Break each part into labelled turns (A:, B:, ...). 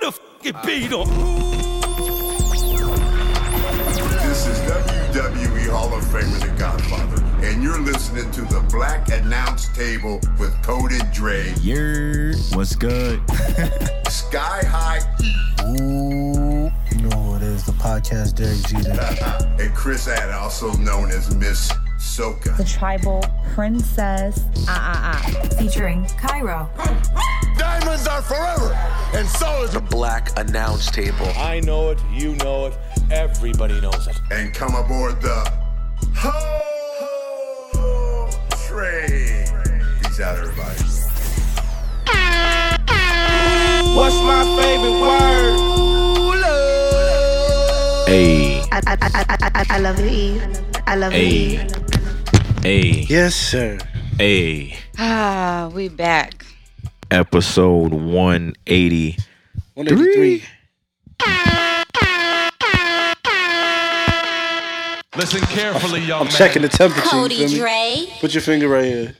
A: the f it beat up.
B: This is WWE Hall of Famer The Godfather, and you're listening to the Black Announce Table with Coded Dre,
C: Yer, what's good?
B: Sky High E,
D: Ooh, you know who it is, the podcast Derek Jeter.
B: and Chris Add, also known as Miss
E: The
B: Soka.
E: Tribal Princess. Ah, ah, ah.
F: featuring Cairo.
G: Diamonds are forever, and so is a black announce table.
H: I know it, you know it, everybody knows it.
B: And come aboard the Ho Train. Peace out, everybody.
H: What's my favorite word?
C: Hey,
I: I, I, I, I, I- I love you, Eve. I love you.
C: Hey.
I: Eve.
C: hey,
D: Yes, sir.
C: hey.
J: Ah, we back.
C: Episode 180.
D: 183.
A: Listen carefully, young man.
D: Checking the temperature. you feel me?
J: Dre.
D: Put your finger right here.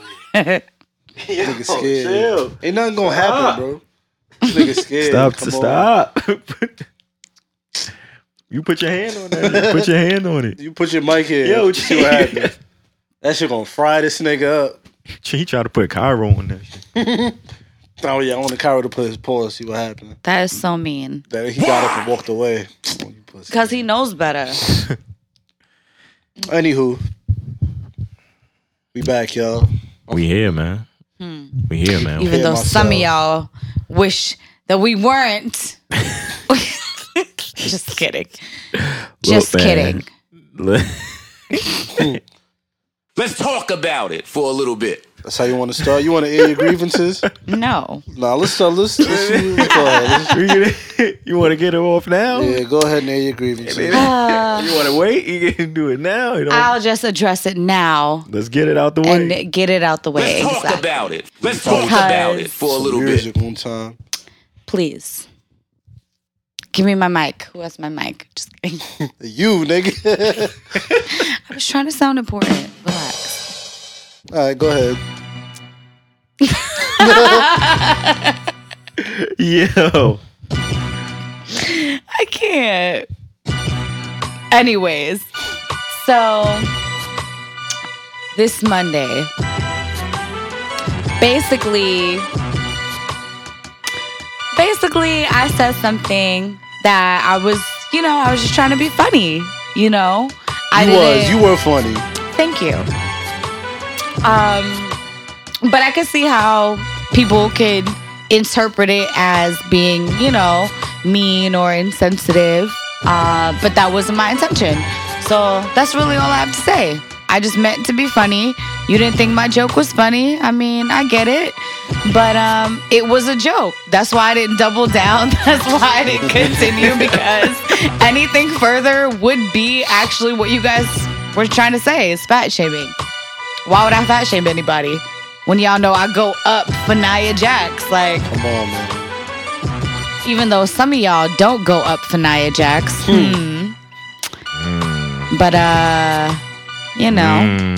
D: Nigga scared. Ain't nothing gonna happen, bro. Nigga
C: Stop,
D: scared. Come on.
C: stop. you put your hand on that. put your hand on it.
D: You put your mic here.
C: Yo,
D: see what happens. That shit gonna fry this nigga up.
C: He tried to put Cairo on that shit.
D: Oh yeah, I want the Cairo to put his paw. See what happened.
J: That is so mean.
D: That he got up and walked away. Oh, you pussy.
J: Cause he knows better.
D: Anywho, we back, y'all.
C: We here, man. We here, man.
J: Hmm. Even
D: Yeah,
J: though some of
D: myself.
J: y'all wish that we weren't. Just kidding. Just
C: man.
J: kidding.
G: Let's talk about it for a little bit.
D: That's how you want to start. You want to air your grievances?
J: No.
D: Nah, let's start. Let's, let's, let's go ahead. Let's-
C: you want to get it off now?
D: yeah, go ahead and air your grievances.
C: You want to wait? You can do it now. You know?
J: Uh, I'll just address it now
C: Let's get it out the way.
J: and get it out the way. Exactly.
G: about it. Let's
J: talk about it
G: for
D: music one time.
J: Please. Give me my mic. Who has my mic? Just kidding.
D: You nigga.
J: I was trying to sound important. Relax.
D: All right, go ahead.
C: Yo.
J: I can't. Anyways, so this Monday, basically, basically, I said something that I was, you know, I was just trying to be funny, you know. I
D: you was
J: didn't-
D: you were funny.
J: Thank you. Um, but I could see how people could interpret it as being, you know, mean or insensitive. Uh, but that wasn't my intention. So that's really all I have to say. I just meant to be funny. You didn't think my joke was funny. I mean, I get it. But um, it was a joke. That's why I didn't double down. That's why I didn't continue because anything further would be actually what you guys were trying to say is fat shaming. Why would I fat shame anybody when y'all know I go up for Nia Jax? Like,
D: Come on, man.
J: even though some of y'all don't go up for Nia Jax. Hmm. But, uh, you know,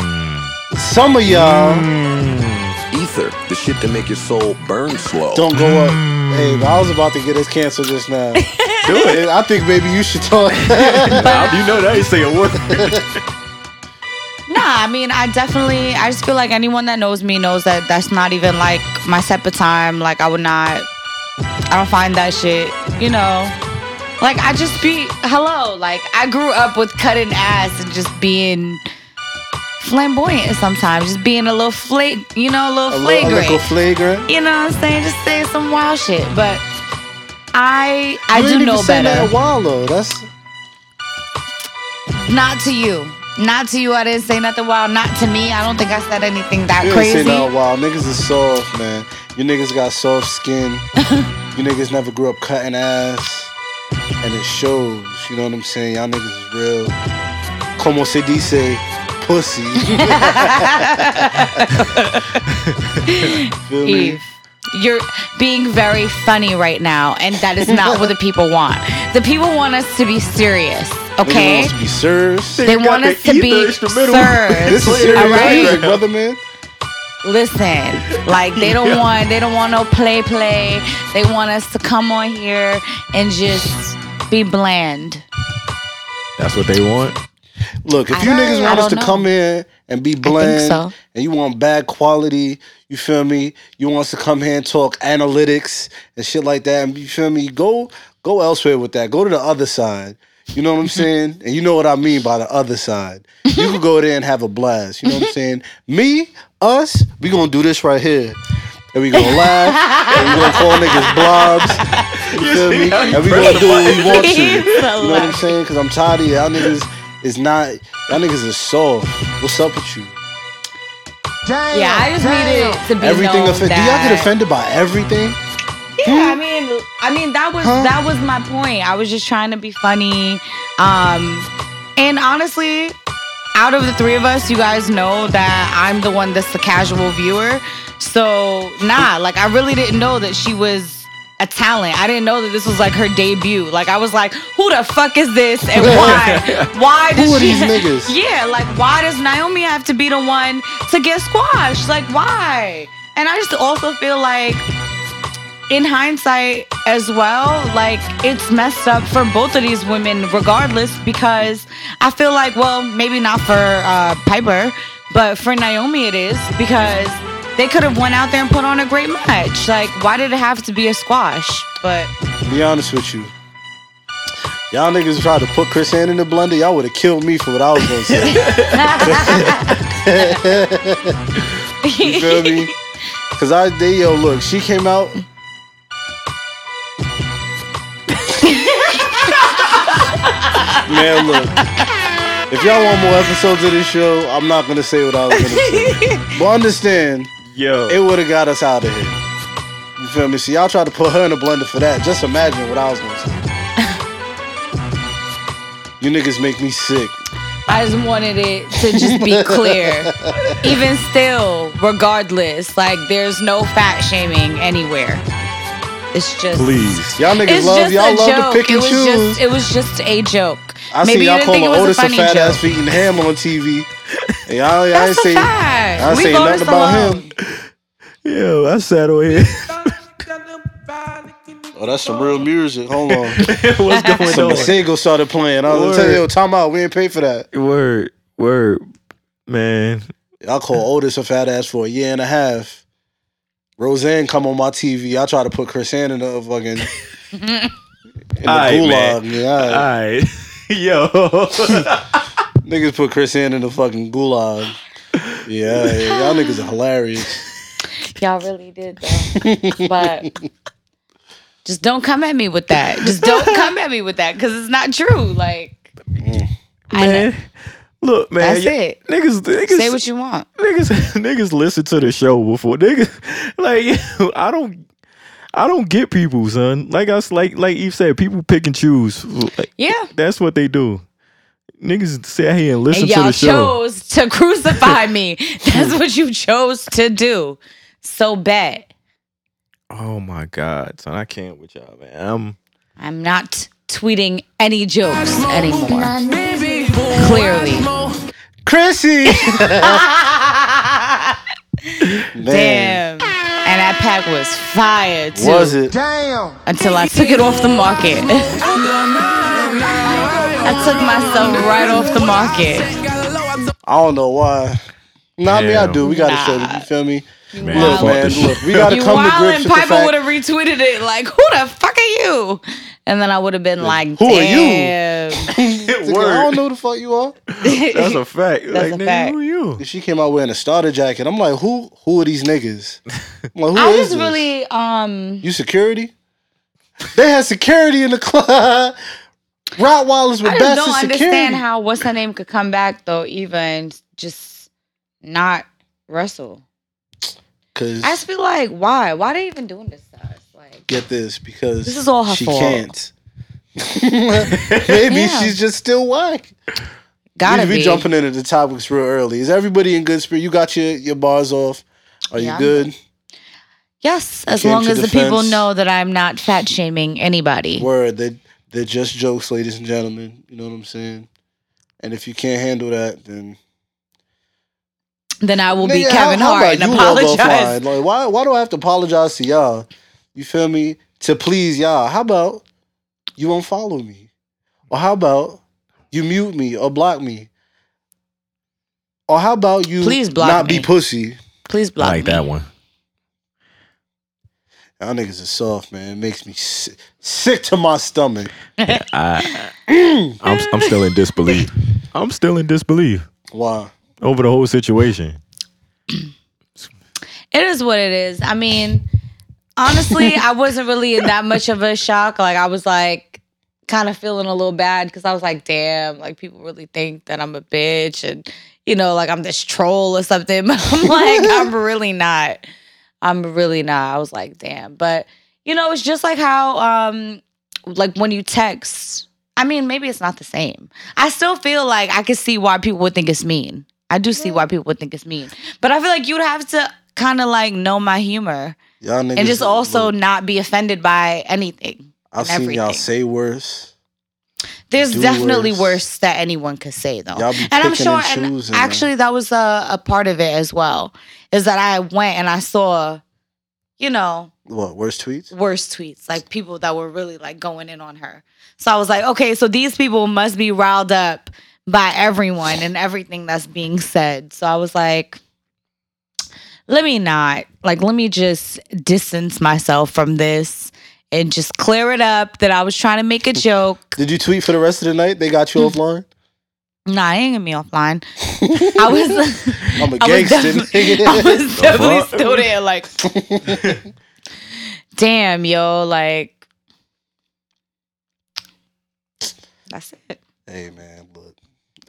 D: Some of y'all
G: Hmm. Ether, the shit to make your soul burn slow.
D: don't go up.
J: Hmm.
D: Hey, but I was about to get us canceled just now. Do it. I think maybe you should talk.
C: you know that ain't saying what.
J: nah, I mean, I definitely, I just feel like anyone that knows me knows that that's not even like my separate time. Like, I would not, I don't find that shit, you know. Like, I just be, hello, like, I grew up with cutting ass and just being. Flamboyant sometimes, just being a little flake, you know, a little
D: a, little,
J: flagrant.
D: a little flagrant.
J: you know what I'm saying? Just saying some wild shit. But I I
D: you
J: do
D: ain't
J: know
D: even saying that
J: better.
D: in a while though. That's
J: Not to you. Not to you. I didn't say nothing wild. Not to me. I don't think I said anything that
D: you ain't saying
J: crazy.
D: that in a while. Niggas is soft, man. You niggas got soft skin. you niggas never grew up cutting ass, and it shows. You know what I'm saying? Y'all niggas is real. Como se dice, pussy. Feel me?
J: Eve. You're being very funny right now, and that is not what the people want. The people want us to be serious,
D: Niggas
J: okay?
D: wants to be serious.
J: They
C: got
J: want
C: the
J: us to
C: ether
J: be
C: instrumental.
J: serious.
D: This is serious
J: All right?
D: music, brother man.
J: Listen, like they don't want they don't want no play play. They want us to come on here and just be bland.
C: That's what they want.
D: Look, if
J: I
D: you
J: don't-
D: niggas
J: I
D: want us to
J: don't know.
D: come here and be bland,
J: so.
D: and you want bad quality, you feel me? You want us to come here and talk analytics and shit like that, and you feel me? Go, go elsewhere with that. Go to the other side. You know what I'm saying? And you know what I mean by the other side. You can go there and have a blast. You know what I'm saying? Me, us, we gonna do this right here. And we gonna laugh, and we gonna call niggas blobs. You feel me? And we gonna do what we want to.
J: He's a
D: You know what I'm
J: lot.
D: saying? Because I'm tired of y'all niggas. Is not y'all niggas is soft. What's up with you?
J: yeah, I just needed to be
D: Everything
J: known
D: offended. Do y'all
J: that-
D: get offended by everything?
J: Yeah, I mean, I mean that was that was my point. I was just trying to be funny, um, and honestly, out of the three of us, you guys know that I'm the one that's the casual viewer. So nah, like I really didn't know that she was a talent. I didn't know that this was like her debut. Like I was like, who the fuck is this and why? Why does
D: Who are
J: she
D: these niggas?
J: Yeah, like why does Naomi have to be the one to get squashed? Like why? And I just also feel like in hindsight as well, like it's messed up for both of these women, regardless, because I feel like, well, maybe not for uh, Piper, but for Naomi it is because they could have went out there and put on a great match. Like, why did it have to be a squash? But
D: To be honest with you. Y'all niggas tried to put Chris Ann in the blender. Y'all would have killed me for what I was gonna say. You feel me? Cause I they yo look, she came out. Man, look. If y'all want more episodes of this show, I'm not gonna say what I was gonna say. But understand,
C: Yo.
D: it would have got us out of here. You feel me? So y'all tried to put her in a blender for that. Just imagine what I was gonna say. You niggas make me sick.
J: I just wanted it to just be clear. Even still, regardless, like there's no fat shaming anywhere. It's just
C: Please.
D: Y'all niggas
J: It's
D: love
J: just
D: y'all
J: a
D: love
J: joke.
D: to pick and
J: it was
D: choose.
J: Just, it was just a joke.
D: I
J: Maybe
D: see
J: you
D: y'all
J: didn't think it
D: calling
J: was a
D: Otis a
J: funny
D: fat
J: joke.
D: ass for eating ham on TV. And Y'all, y'all ain't
J: That's
D: say,
J: a fact.
D: I ain't
J: We
D: say
J: voted
D: nothing about
J: alone.
D: him.
C: Yo, I sat over here.
D: Oh, that's some real music. Hold on.
C: What's going
D: some
C: on?
D: single started playing. I was telling
C: Word.
D: you, time out. We ain't paid for that.
C: Word, word, man.
D: Y'all call Otis a fat ass for a year and a half. Roseanne come on my TV. I try to put Chris Ann in the fucking in the
C: Aight, man.
D: gulag. Yeah,
C: All
D: aight.
C: right, yo.
D: niggas put Chris Ann in the fucking gulag. Yeah, yeah, y'all niggas are hilarious.
J: Y'all really did though. but just don't come at me with that. Just don't come at me with that because it's not true. Like Mm. I know.
C: man. Look, man.
J: That's
C: y-
J: it.
C: Niggas, niggas,
J: say what you want.
C: niggas, niggas listen to the show before. Niggas, like, I don't. I don't get people, son. Like I s- like like Eve said, people pick and choose. Like,
J: Yeah.
C: that's what they do. Niggas sit here and listen
J: And
C: to
J: y'all
C: the show.
J: chose to crucify me. That's what you chose to do. So bad.
C: Oh my god, son! I can't with y'all, man. I'm
J: I'm not tweeting any jokes anymore. Clearly.
D: Chrissy, man,
J: Damn. And that pack was fire too.
D: was it?
J: Until I took it off the market. I took myself right off the market.
D: I don't know why. Nah, me, I
C: Damn.
D: do. We gotta
J: Nah.
D: show it. You feel me?
C: man.
D: Look,
C: fuck
D: man.
C: this shit.
D: Look, we gotta
J: You
D: come to
J: wild
D: grips
J: and
D: with the
J: Piper would
D: fact.
J: have retweeted it like, who the fuck are you? And then I would have been like,
D: Who are you?
J: Damn.
D: It's like, I don't know who the fuck you are.
C: That's a fact. like,
J: a
C: nigga,
J: fact.
C: who you?
D: If She came out wearing a starter jacket. I'm like, who? Who are these niggas? I'm like, who
J: I
D: is
J: was
D: this?
J: really um
D: You security? They had security in the club. Rottweilers with
J: I just
D: best
J: don't
D: security.
J: understand how what's her name could come back though, even just not wrestle.
D: Cause
J: I just feel like why? Why they even doing this to us? Like
D: get this, because
J: This is all her
D: she
J: fault.
D: can't. Maybe
J: Yeah.
D: she's just still whack.
J: gotta
D: we, we
J: be
D: jumping into the topics real early. Is everybody in good spirit? You got your, your bars off. Are
J: Yeah,
D: you
J: I'm
D: good?
J: Yes, as
D: Came
J: long
D: to
J: as the people
D: defense.
J: know that I'm not fat shaming anybody.
D: Word. They they're just jokes, ladies and gentlemen. You know what I'm saying? And if you can't handle that, then
J: then I will be
D: Nigga, how-
J: Kevin
D: how
J: Hart
D: about
J: and
D: you all go
J: apologize.
D: find? Like, why, why do I have to apologize to y'all? You feel me? To please y'all. How about you won't follow me? Or how about you mute me or block me? Or how about you
J: Please block
D: not
J: me.
D: be pussy?
J: Please block
F: I like
J: me.
F: that one.
D: Y'all niggas is soft, man. It makes me sick, sick to my stomach.
F: I, I'm I'm still in disbelief. I'm still in disbelief
D: Why?
C: over the whole situation.
J: It is what it is. I mean, honestly, I wasn't really in that much of a shock. Like I was like kind of feeling a little bad because I was like, damn, like people really think that I'm a bitch and you know, like I'm this troll or something. But I'm like, I'm really not. I'm really not. I was like, damn. But you know, it's just like how um like when you text. I mean, maybe it's not the same. I still feel like I could see why people would think it's mean. I do see why people would think it's mean. But I feel like you'd have to kind of like know my humor
D: Y'all niggas.
J: and just
D: is-
J: also not be offended by anything.
D: I've seen y'all
J: everything.
D: say worse.
J: There's
D: Do
J: definitely
D: worse.
J: worse. that anyone could say though.
D: Y'all be
J: and I'm
D: picking
J: sure
D: and
J: and
D: choosing, man.
J: actually that was a, a part of it as well. Is that I went and I saw, you know,
D: What, worse tweets?
J: worse tweets, like people that were really like going in on her. So I was like, okay, so these people must be riled up by everyone and everything that's being said. So I was like, let me not, like, let me just distance myself from this and just clear it up that I was trying to make a joke.
D: Did you tweet for the rest of the night? They got you
J: Mm-hmm.
D: offline?
J: Nah, I ain't gonna be offline. I was.
D: I'm a
J: I was,
D: gangster.
J: definitely, I
D: nigga.
J: was definitely still there, like, damn, yo, like, that's it.
D: Hey man, look.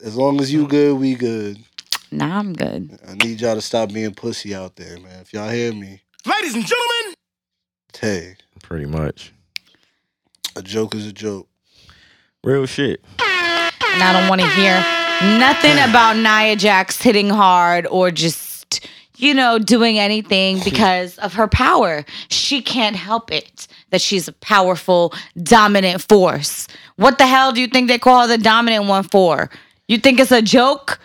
D: As long as you good, we good.
J: Nah, I'm good.
D: I need y'all to stop being pussy out there, man. If y'all hear me,
G: Ladies and gentlemen,
D: hey,
F: pretty much.
D: a joke is a joke.
F: Real shit.
J: And I don't want to hear nothing about Nia Jax hitting hard or just, you know, doing anything because of her power. She can't help it that she's a powerful, dominant force. What the hell do you think they call the dominant one for? You think it's a joke?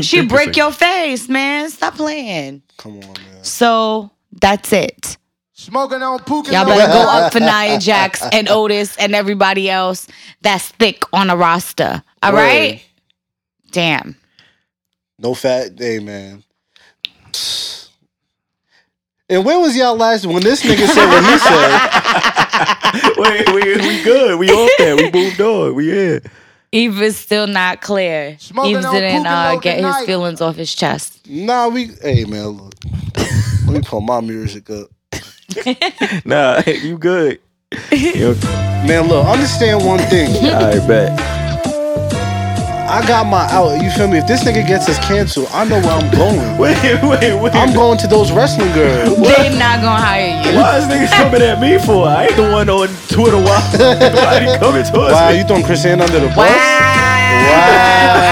J: She break your face, man. Stop playing.
D: Come on, man.
J: So that's it.
G: smoking on Puka.
J: Y'all better go up for Nia Jax and Otis and everybody else that's thick on a roster. All
D: Word.
J: right? Damn.
D: No fat day, man. And when was y'all last when this nigga said what he said?
C: Wait, we, we good. We off that. We moved on. We here.
J: Eve is still not clear.
G: Smoking
J: Eve
G: on
J: didn't
G: Puka
J: uh,
G: Note
J: get his
G: tonight.
J: feelings off his chest.
D: Nah, we hey man, look. Let me pull my music up.
C: Nah, you good. Yo,
D: Man, look, understand one thing.
C: I bet.
D: I got my out. You feel me? If this nigga gets us canceled, I know where I'm going.
C: Wait, wait, wait.
D: I'm going to those wrestling girls.
J: They not gonna hire you.
C: Why is niggas coming at me for? I ain't the one on Twitter. Why nobody coming towards
D: Wow,
C: me?
D: you throwing Chris Ann under the bus?
J: Wow.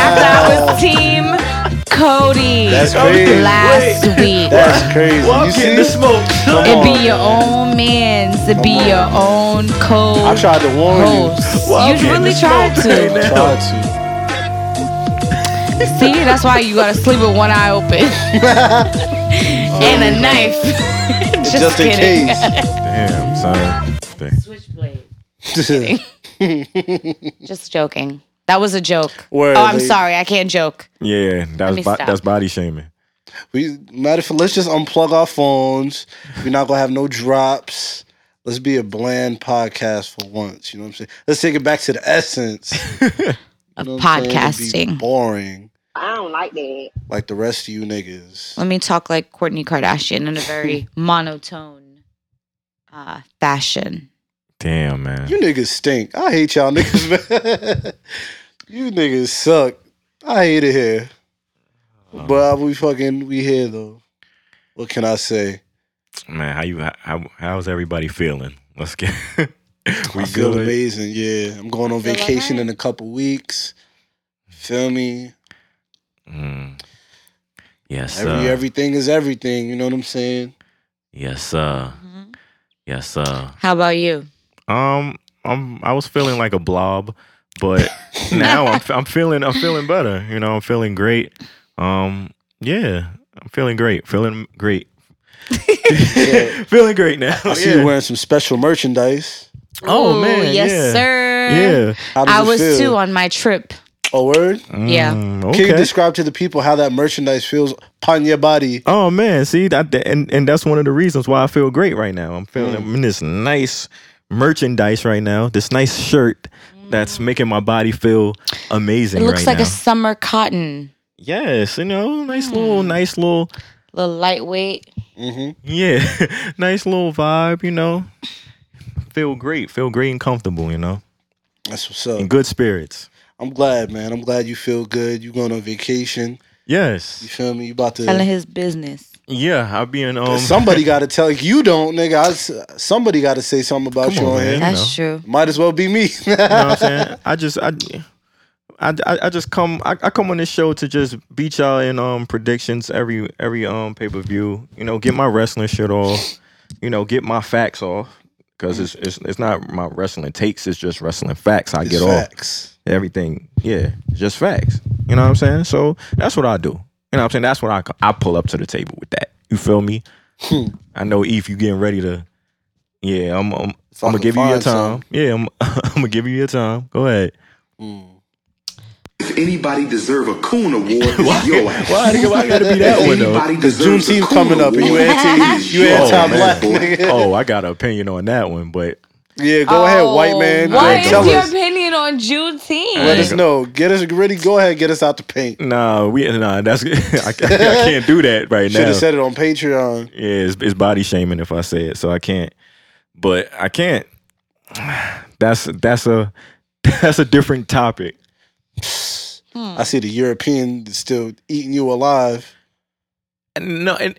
J: After I was team Cody
D: That's crazy.
J: last week.
D: That's crazy.
C: Why I'm
D: you
C: getting
D: see?
C: the smoke? Come
J: It
C: on.
J: be your own mans. It be your own code.
D: I tried to warn
J: hosts.
C: Why I'm
J: you
C: getting
J: really
C: the
J: tried
C: smoke
J: to.
D: you. I
C: Oh, right now?
D: tried to.
J: See, that's why you gotta sleep with one eye open and a knife. just,
D: Just in
J: kidding.
D: case.
F: Damn, son. Damn.
J: Switchblade. Just joking. That was a joke.
D: Word,
J: oh, I'm
D: lady.
J: sorry. I can't joke.
F: Yeah, that's
J: me
F: bo-
J: stop.
F: that's body shaming.
D: we matter of fact, let's just unplug our phones. We're not gonna have no drops. Let's be a bland podcast for once. You know what I'm saying? Let's take it back to the essence
J: Of
D: you know what I'm saying? To be
J: podcasting.
D: boring,
I: I don't like that.
D: like the rest of you niggas.
J: Let me talk like Courtney Kardashian in a very monotone uh, fashion.
F: Damn, man.
D: You niggas stink. I hate y'all niggas, man. you niggas suck. I hate it here. But we fucking we here though. What can I say?
F: man, how you how how's everybody feeling? Let's get we
D: I feel
F: good.
D: amazing. Yeah, I'm going on
J: feel
D: vacation
J: alright.
D: in a couple weeks. Feel me?
F: Mm. Yes, sir.
D: Every, everything is everything. You know what I'm saying?
F: yes, sir.
J: Mm-hmm.
F: Yes, sir.
J: How about you?
F: Um, I'm I was feeling like a blob, but now I'm I'm feeling I'm feeling better. You know, I'm feeling great. Um, yeah, I'm feeling great. Feeling great. feeling great now.
D: I see you wearing some special merchandise.
F: Oh,
J: Ooh,
F: man,
J: yes
F: yeah.
J: sir.
F: Yeah.
D: How does
J: I
D: it
J: was
D: feel?
J: too on my trip.
D: Oh word.
J: yeah.
F: Mm,
D: Can you describe to the people how that merchandise feels upon your body?
F: Oh man, see that, that- and and that's one of the reasons why I feel great right now. I'm feeling I'm in this nice merchandise right now. This nice shirt that's making my body feel amazing.
J: Mm. It looks
F: right
J: like
F: now.
J: a Mm. summer cotton,
F: yes, you know, nice little, nice little,
J: little lightweight.
F: yeah, nice little vibe. You know, feel great, feel great and comfortable. You know,
D: That's what's up.
F: in good spirits.
D: I'm glad, man. I'm glad you feel good. You going on vacation.
F: Yes,
D: You feel me? You about to
J: Telling his business.
F: yeah, I'll be in. Um,
D: Somebody got to tell you don't, nigga. I s somebody got to say something about
F: Come on,
D: you on
F: man.
D: here.
J: That's true.
D: Might as well be me.
F: You know what I'm saying? I just I I, I, I just come I, I come on this show to just beat y'all in um predictions every every um pay per view. You know, get my wrestling shit off. You know, get my facts off because it's, it's it's not my wrestling takes. It's just wrestling facts. I
D: It's
F: get off
D: facts.
F: everything. Yeah, just facts. You know what I'm saying? So that's what I do. You know what I'm saying? That's what I I pull up to the table with that. You feel me?
D: Hmm.
F: I know Eve, you getting ready to. Yeah, I'm. I'm, I'm gonna
D: Fucking
F: give you your
D: find
F: time.
D: some.
F: Yeah, I'm. I'm gonna give you your time. Go ahead.
B: If anybody deserve a coon award, it's your ass.
F: Why, nigga, why gotta be that one though?
B: Anybody
D: Because
B: deserves a
D: Juneteenth
B: coon
D: coming up and you
B: award,
D: anti,
B: it's
D: you
B: your
D: anti
F: man.
D: black,
B: ass.
D: nigga.
F: Oh, I got an opinion on that one, but
D: Yeah, go ahead, white man. Go
J: What
D: ahead,
J: Oh,
D: tell
J: is your
D: us.
J: opinion on Juneteenth?
D: Let us know. Get us gritty. Go ahead, get us out the paint.
F: nah, we nah. That's I, I can't do that right
D: Should
F: now.
D: have said it on Patreon.
J: Oh.
F: yeah, it's, it's body shaming if I say it, so I can't. But I can't. That's that's a that's a different topic.
D: I see the European is still eating you alive.
F: No, and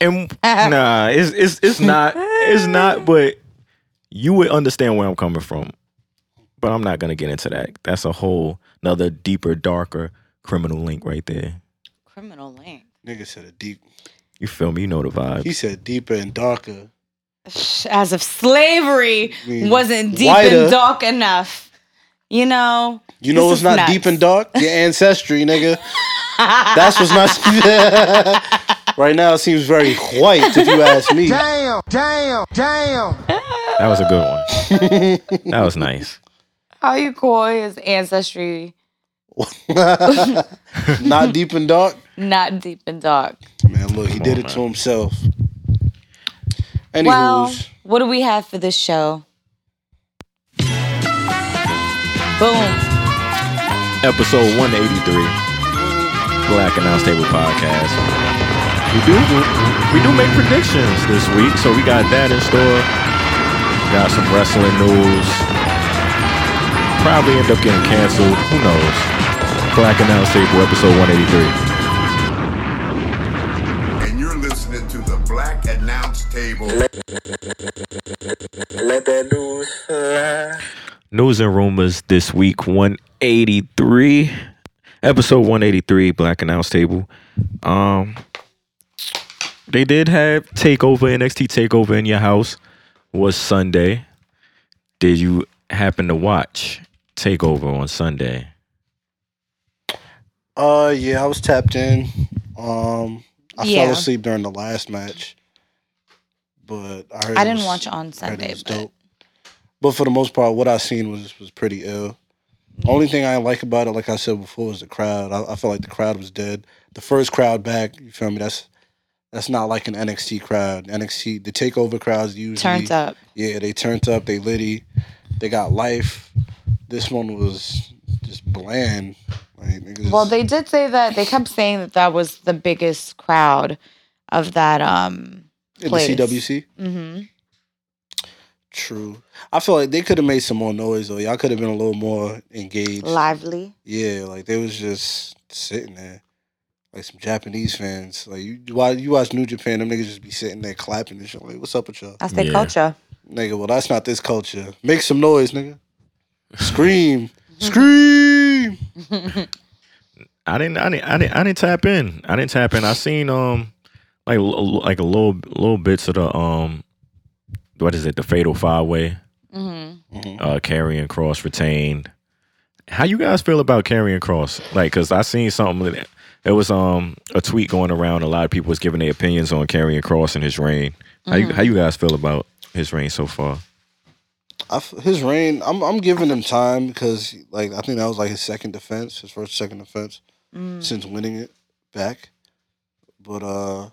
F: and nah, it's it's it's not it's not. But you would understand where I'm coming from. But I'm not gonna get into that. That's a whole another deeper, darker criminal link right there.
J: Criminal link.
D: Nigga said a deep.
F: You feel me? You know the vibe.
D: He said deeper and darker.
J: As if slavery
D: mean,
J: wasn't deep
D: whiter.
J: and dark enough. You know?
D: You know
J: This
D: what's
J: is
D: not
J: nuts.
D: deep and dark? Your ancestry, nigga. That's what's not. right now, it seems very white, if you ask me.
F: That was a good one. that was nice.
J: How you call his ancestry
D: Not deep and dark.
J: not deep and dark?
D: Man, look, he did it to himself. Anywho,
J: Well, what do we have for this show? Boom.
F: Episode 183. Black Announce Table Podcast. We do we do make predictions this week, so we got that in store. Got some wrestling news. Probably end up getting canceled. Who knows? Black Announce Table episode 183.
B: And you're listening to the Black Announce Table.
F: News and rumors this week 183. Episode 183, Black Announce Table. Um They did have takeover NXT takeover in your house was Sunday. Did you happen to watch takeover on Sunday?
D: uh, yeah, I was tapped in. Um, I
J: Yeah.
D: fell asleep during the last match, but I heard
J: I
D: it
J: didn't
D: was-
J: watch on
D: I heard it
J: Sunday,
D: was
J: but
D: dope. But for the most part, what I seen was was pretty ill. Only thing I like about it, like I said before, was the crowd. I, I felt like the crowd was dead. The first crowd back, you feel me? That's that's not like an NXT crowd. NXT, the takeover crowds usually
J: turned up.
D: Yeah, they turned up. They litty. They got life. This one was just bland. Like, niggas-
J: Well, they did say that they kept saying that that was the biggest crowd of that. Um,
D: in the
J: plays.
D: CWC.
J: mhm.
D: True. I feel like they could have made some more noise though. Y'all could have been a little more engaged.
J: lively.
D: Yeah, like they was just sitting there, like some Japanese fans. Like you, you watch, you watch New Japan, them niggas just be sitting there clapping and shit. Like, what's up with y'all,
J: That's their
F: Yeah.
J: culture.
D: nigga? Well, that's not this culture. Make some noise, nigga. Scream, scream.
F: I didn't I didn't I didn't I didn't tap in. I didn't tap in. I seen um like l- l- like a little little bits of the um what is it, the fatal five way.
J: hmm
D: Mm-hmm.
F: uh carrying cross retained how you guys feel about carrying cross like because i seen something that
C: It was um a tweet going around. A lot of people was giving their opinions on Carrying Cross and his reign. How, you,
D: Mhm.
C: how you guys feel about his reign so far?
D: I f his reign, I'm I'm giving him time because like I think that was like his second defense, his first second defense
K: Mm.
D: since winning it back. But uh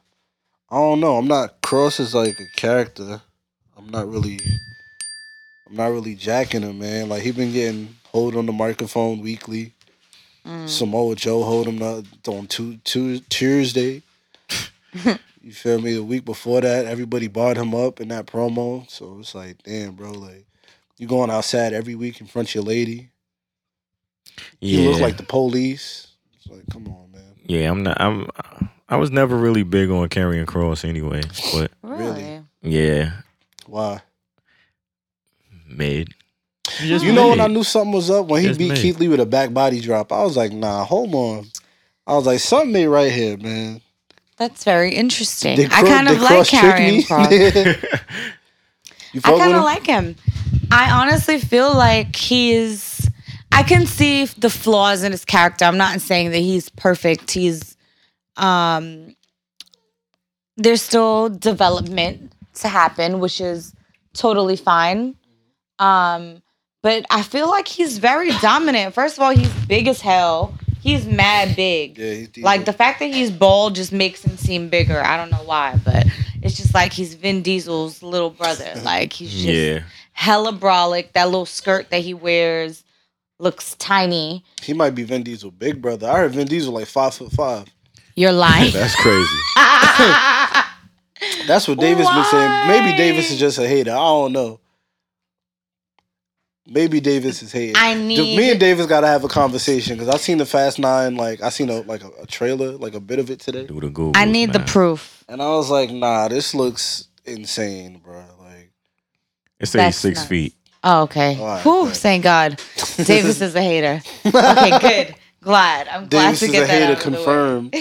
D: I don't know. I'm not Cross is like a character. I'm not really I'm not really jacking him, man. Like he been getting hold on the microphone weekly. Samoa Joe hold him the- on two, two Tuesday. you feel me? The week before that, everybody barred him up in that promo. So it's like, damn, bro, like you going outside every week in front of your lady. You look
C: Yeah.
D: like the police. It's like, come on, man.
C: Yeah, I'm not. I'm. I was never really big on Carrying Cross anyway. But
D: Really?
C: yeah,
D: Why?
C: mid.
D: You know when I knew something was up when he
C: Just
D: beat
C: made.
D: Keith Lee with a back body drop. I was like, nah, hold on. I was like, something ain't right here, man.
J: That's very interesting.
D: Did
J: I
D: Cro-
J: kind of
D: did
J: like
D: Cross trick
J: Karen.
D: me?
J: Cross.
D: You
J: I
D: fuck with
J: kind
D: him?
J: of like him. I honestly feel like he's. I can see the flaws in his character. I'm not saying that he's perfect. He's. Um, there's still development to happen, which is totally fine. Um, but I feel like he's very dominant. First of all, he's big as hell. He's mad big.
D: Yeah, he's
J: Like the fact that he's bald just makes him seem bigger. I don't know why, but it's just like he's Vin Diesel's little brother. Like he's just
C: Yeah.
J: hella brolic. That little skirt that he wears looks tiny.
D: He might be Vin Diesel big brother. I heard Vin Diesel like five foot five.
J: You're lying.
D: That's
C: crazy.
D: That's what Davis been saying. Maybe Davis is just a hater. I don't know. Maybe Davis is hating.
J: I
D: D-
J: need-
D: me and Davis got to have a conversation because I seen the Fast Nine. Like I seen a like a, a trailer, like a bit of it today.
C: Do the Google.
J: I need the proof.
D: And I was like, nah, this looks insane, bro.
C: It
J: says That's six nuts.
C: feet.
J: Oh, okay.
D: All right,
J: Whew,
D: good.
J: thank God. Davis is a hater. Okay, good. Glad. I'm glad
D: Davis
J: to
D: is
J: get
D: a
J: that
D: hater
J: out of the way.
D: confirmed.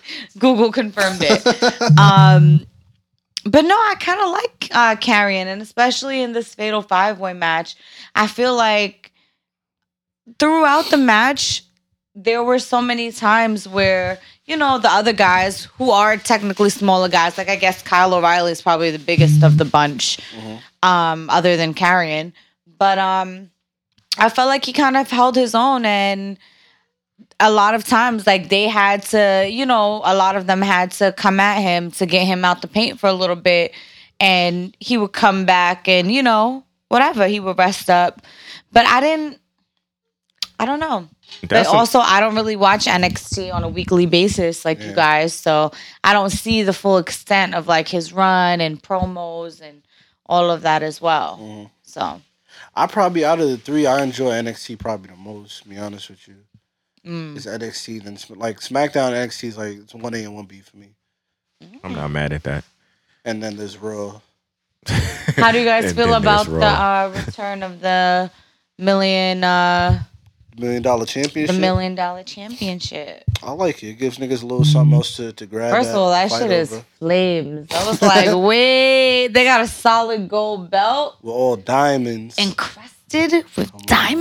J: Google confirmed it. um, but no, I kind of like uh, Carrion, and especially in this Fatal Five Way match, I feel like throughout the match, there were so many times where you know the other guys who are technically smaller guys, like I guess Kyle O'Reilly is probably the biggest of the bunch, um, other than Carrion. But um, I felt like he kind of held his own and a lot of times like they had to you know a lot of them had to come at him to get him out the paint for a little bit and he would come back and you know whatever he would rest up but i didn't i don't know
L: That's a-
J: but also I i don't really watch nxt on a weekly basis like you guys so i don't see the full extent of like his run and promos and all of that as well
L: Mm-hmm.
J: so
D: I probably out of the three, I enjoy NXT probably the most. To be honest with you,
J: mm.
D: it's NXT then Sm- like SmackDown. NXT is like it's one A and one B for me,
C: I'm not mad at that.
D: and then there's Raw.
J: How do you guys
D: And
J: feel
D: then there's
J: about the
D: Raw.
J: uh, return of the million uh,
D: Million Dollar
J: the
D: Championship.
J: million dollar championship?
D: I like it. It gives niggas a little something else to, to grab.
J: First of
D: at,
J: all, that
D: fight
J: shit is
D: over.
J: flames. I was like, wait, they got a solid gold belt
D: We're all diamonds.
J: encrusted with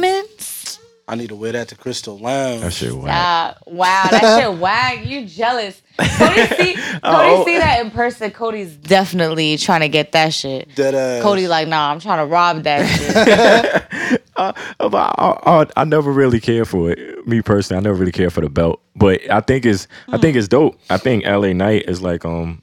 J: diamonds.
D: I need to wear that to Crystal Lounge. That
C: shit
J: Uh, wow, that shit wag. You jealous? Cody see, Cody
D: Oh.
J: see that in person. Cody's definitely trying to get that shit.
D: Dead ass.
J: Cody like, nah, I'm trying to rob that shit.
C: I, Uh, I, I- I never really care for it. Me personally, I never really care for the belt, but I think it's I
J: Hmm.
C: think it's dope. I think LA Knight is like um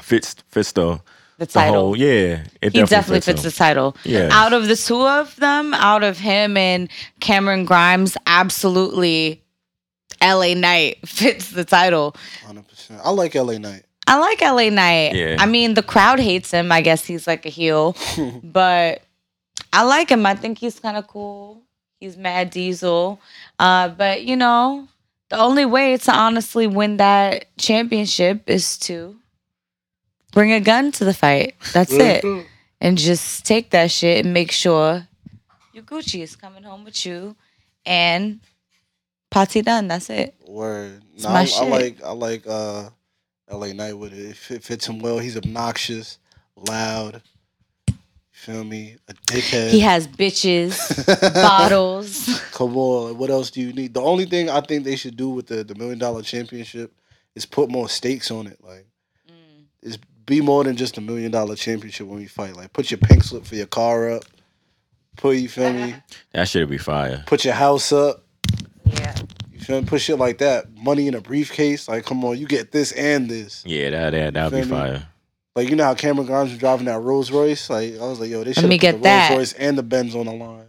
C: fits fits the
J: The title.
C: whole- yeah, it
J: he definitely fits
C: him.
J: the title.
C: Yeah.
J: Out of the two of them, out of him and Cameron Grimes, absolutely LA Knight fits the title.
D: I like LA Knight.
J: I like LA Knight.
D: Yeah.
J: I mean, the crowd hates him. I guess he's like a heel, but I like him. I think he's kind of cool. He's mad diesel. Uh, but, you know, the only way to honestly win that championship is to bring a gun to the fight. That's it. And just take that shit and make sure your Gucci is coming home with you. And party done. That's it.
D: Word.
J: It's
D: No,
J: my
D: I, I
J: shit.
D: like I like uh LA Knight with it. It fit- fits him well. He's obnoxious, loud. Feel me? A dickhead.
J: He has bitches, bottles.
D: Come on, what else do you need? The only thing I think they should do with the, the million dollar championship is put more stakes on it. Like, it's be more than just a million dollar championship when we fight. Like, put your pink slip for your car up. Put you feel me?
F: That should be fire.
D: Put your house up. Yeah. You feel me? Put shit like that. Money in a briefcase. Like, come on, you get this and this.
F: Yeah, that that that'd be
D: Feel me?
F: fire.
D: Like you know how Cameron Grimes was driving that Rolls Royce? Like I was like, yo, they should
J: me
D: put
J: get
D: the
J: that.
D: Rolls Royce and the Benz on the line.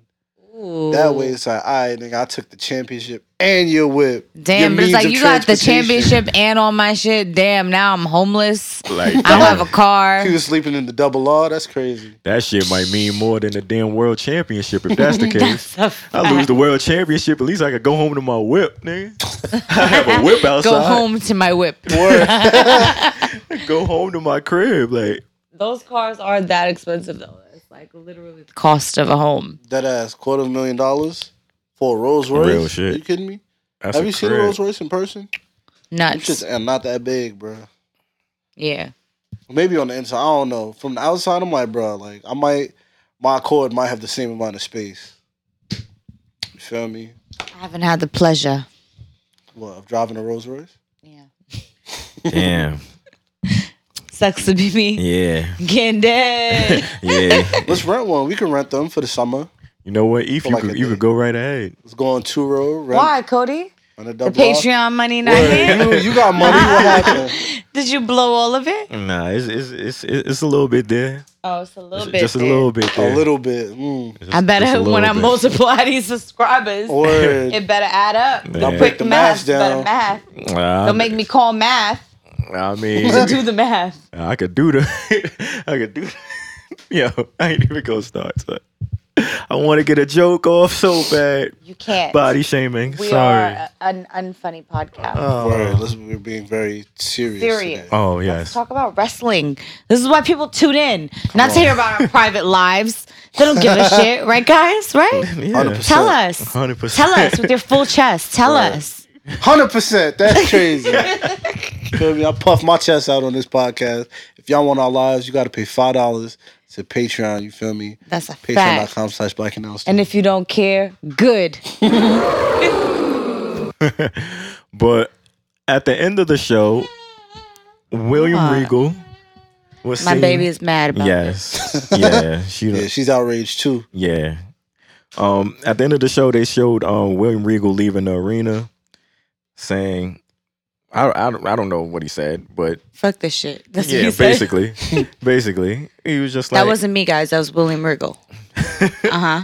J: Ooh.
D: That way it's like, all right, nigga, I took the championship and your whip.
J: Damn,
D: your
J: but it's
D: means
J: like
D: of
J: you got the
D: transportation.
J: championship and all my shit. Damn, now I'm homeless.
F: Like
J: I don't have
F: that,
J: a car.
D: He was sleeping in the double R. That's crazy.
F: that shit might mean more than the damn world championship if that's the case.
J: That's a
F: I lose the world championship. At least I could go home to my whip, nigga. I have a whip outside.
J: Go home to my whip.
F: Go home to my crib. Like
J: Those cars are that expensive though. It's like literally the cost of a home.
D: That ass quarter of a million dollars for a Rolls Royce.
F: Real shit.
D: Are you kidding me?
F: that's
D: have
F: a
D: you seen a
F: crib.
D: Rolls Royce in person? It's
J: Nuts.
D: just and not that big, bro.
J: Yeah.
D: Maybe on the inside, I don't know. From the outside, I'm like, bro, like I might, my Accord might have the same amount of space. You feel me?
J: I haven't had the pleasure.
D: What of driving a Rolls Royce?
J: Yeah.
F: Damn.
J: Sucks to be me.
F: Yeah.
J: Getting dead.
F: Yeah.
D: Let's rent one. We can rent them for the summer.
F: You know what? If
D: For
F: you
D: like a
F: could, you
D: day.
F: could go right ahead.
D: Let's go on two road. Rent,
J: Why, Cody?
D: Rent a
J: The
D: double R.
J: Patreon money not here?
D: Word, You, you got money. What happened?
J: Did you blow all of it?
F: Nah, it's it's it's it's a little bit there.
J: Oh, it's a little
F: It's
J: bit.
F: just a
J: there.
F: little bit there.
D: A little bit. Mm.
F: Just-
J: I
F: just a
J: better
F: little
J: when I
F: bit.
J: multiply these subscribers,
D: Word.
J: it better add up.
F: Don't
J: Quick
F: break
D: the math
J: math, better
D: down.
J: math.
F: Nah,
J: Don't make me call math
F: I
J: to
F: mean,
J: do the math.
F: I could do the. I could do. Yo, I ain't even gonna start. Son. I want to get a joke off so bad.
J: You can't.
F: Body shaming.
J: we
F: Sorry.
J: are a- an unfunny podcast.
D: Word. Let's, we're being very serious.
J: Serious.
D: today.
F: oh
J: Let's
F: yes.
J: talk about wrestling. This is why people tune in, not to hear about our private lives. They don't give a shit, right, guys? Right?
F: Yeah.
D: 100%.
J: Tell us.
F: 100%.
J: Tell us with your full chest. Tell us.
D: Hundred percent. That's crazy. Feel me? I puff my chest out on this podcast. If y'all want our lives, you got to pay five dollars to Patreon. You feel me?
J: That's a fact.
D: Patreon.com/slash Black and Out.
J: And if you don't care, good.
F: But at the end of the show, William Regal was
J: My
F: seen-
J: baby is mad about this.
F: Yes. yeah. She.
D: yeah, she's outraged too.
F: Yeah. Um, at the end of the show, they showed um, William Regal leaving the arena, saying, "I I, don't- I don't know what he said, but
J: Fuck this shit. That's what
F: yeah,
J: he said.
F: basically, basically, he was just like
J: That wasn't me, guys. That was William Regal. uh huh.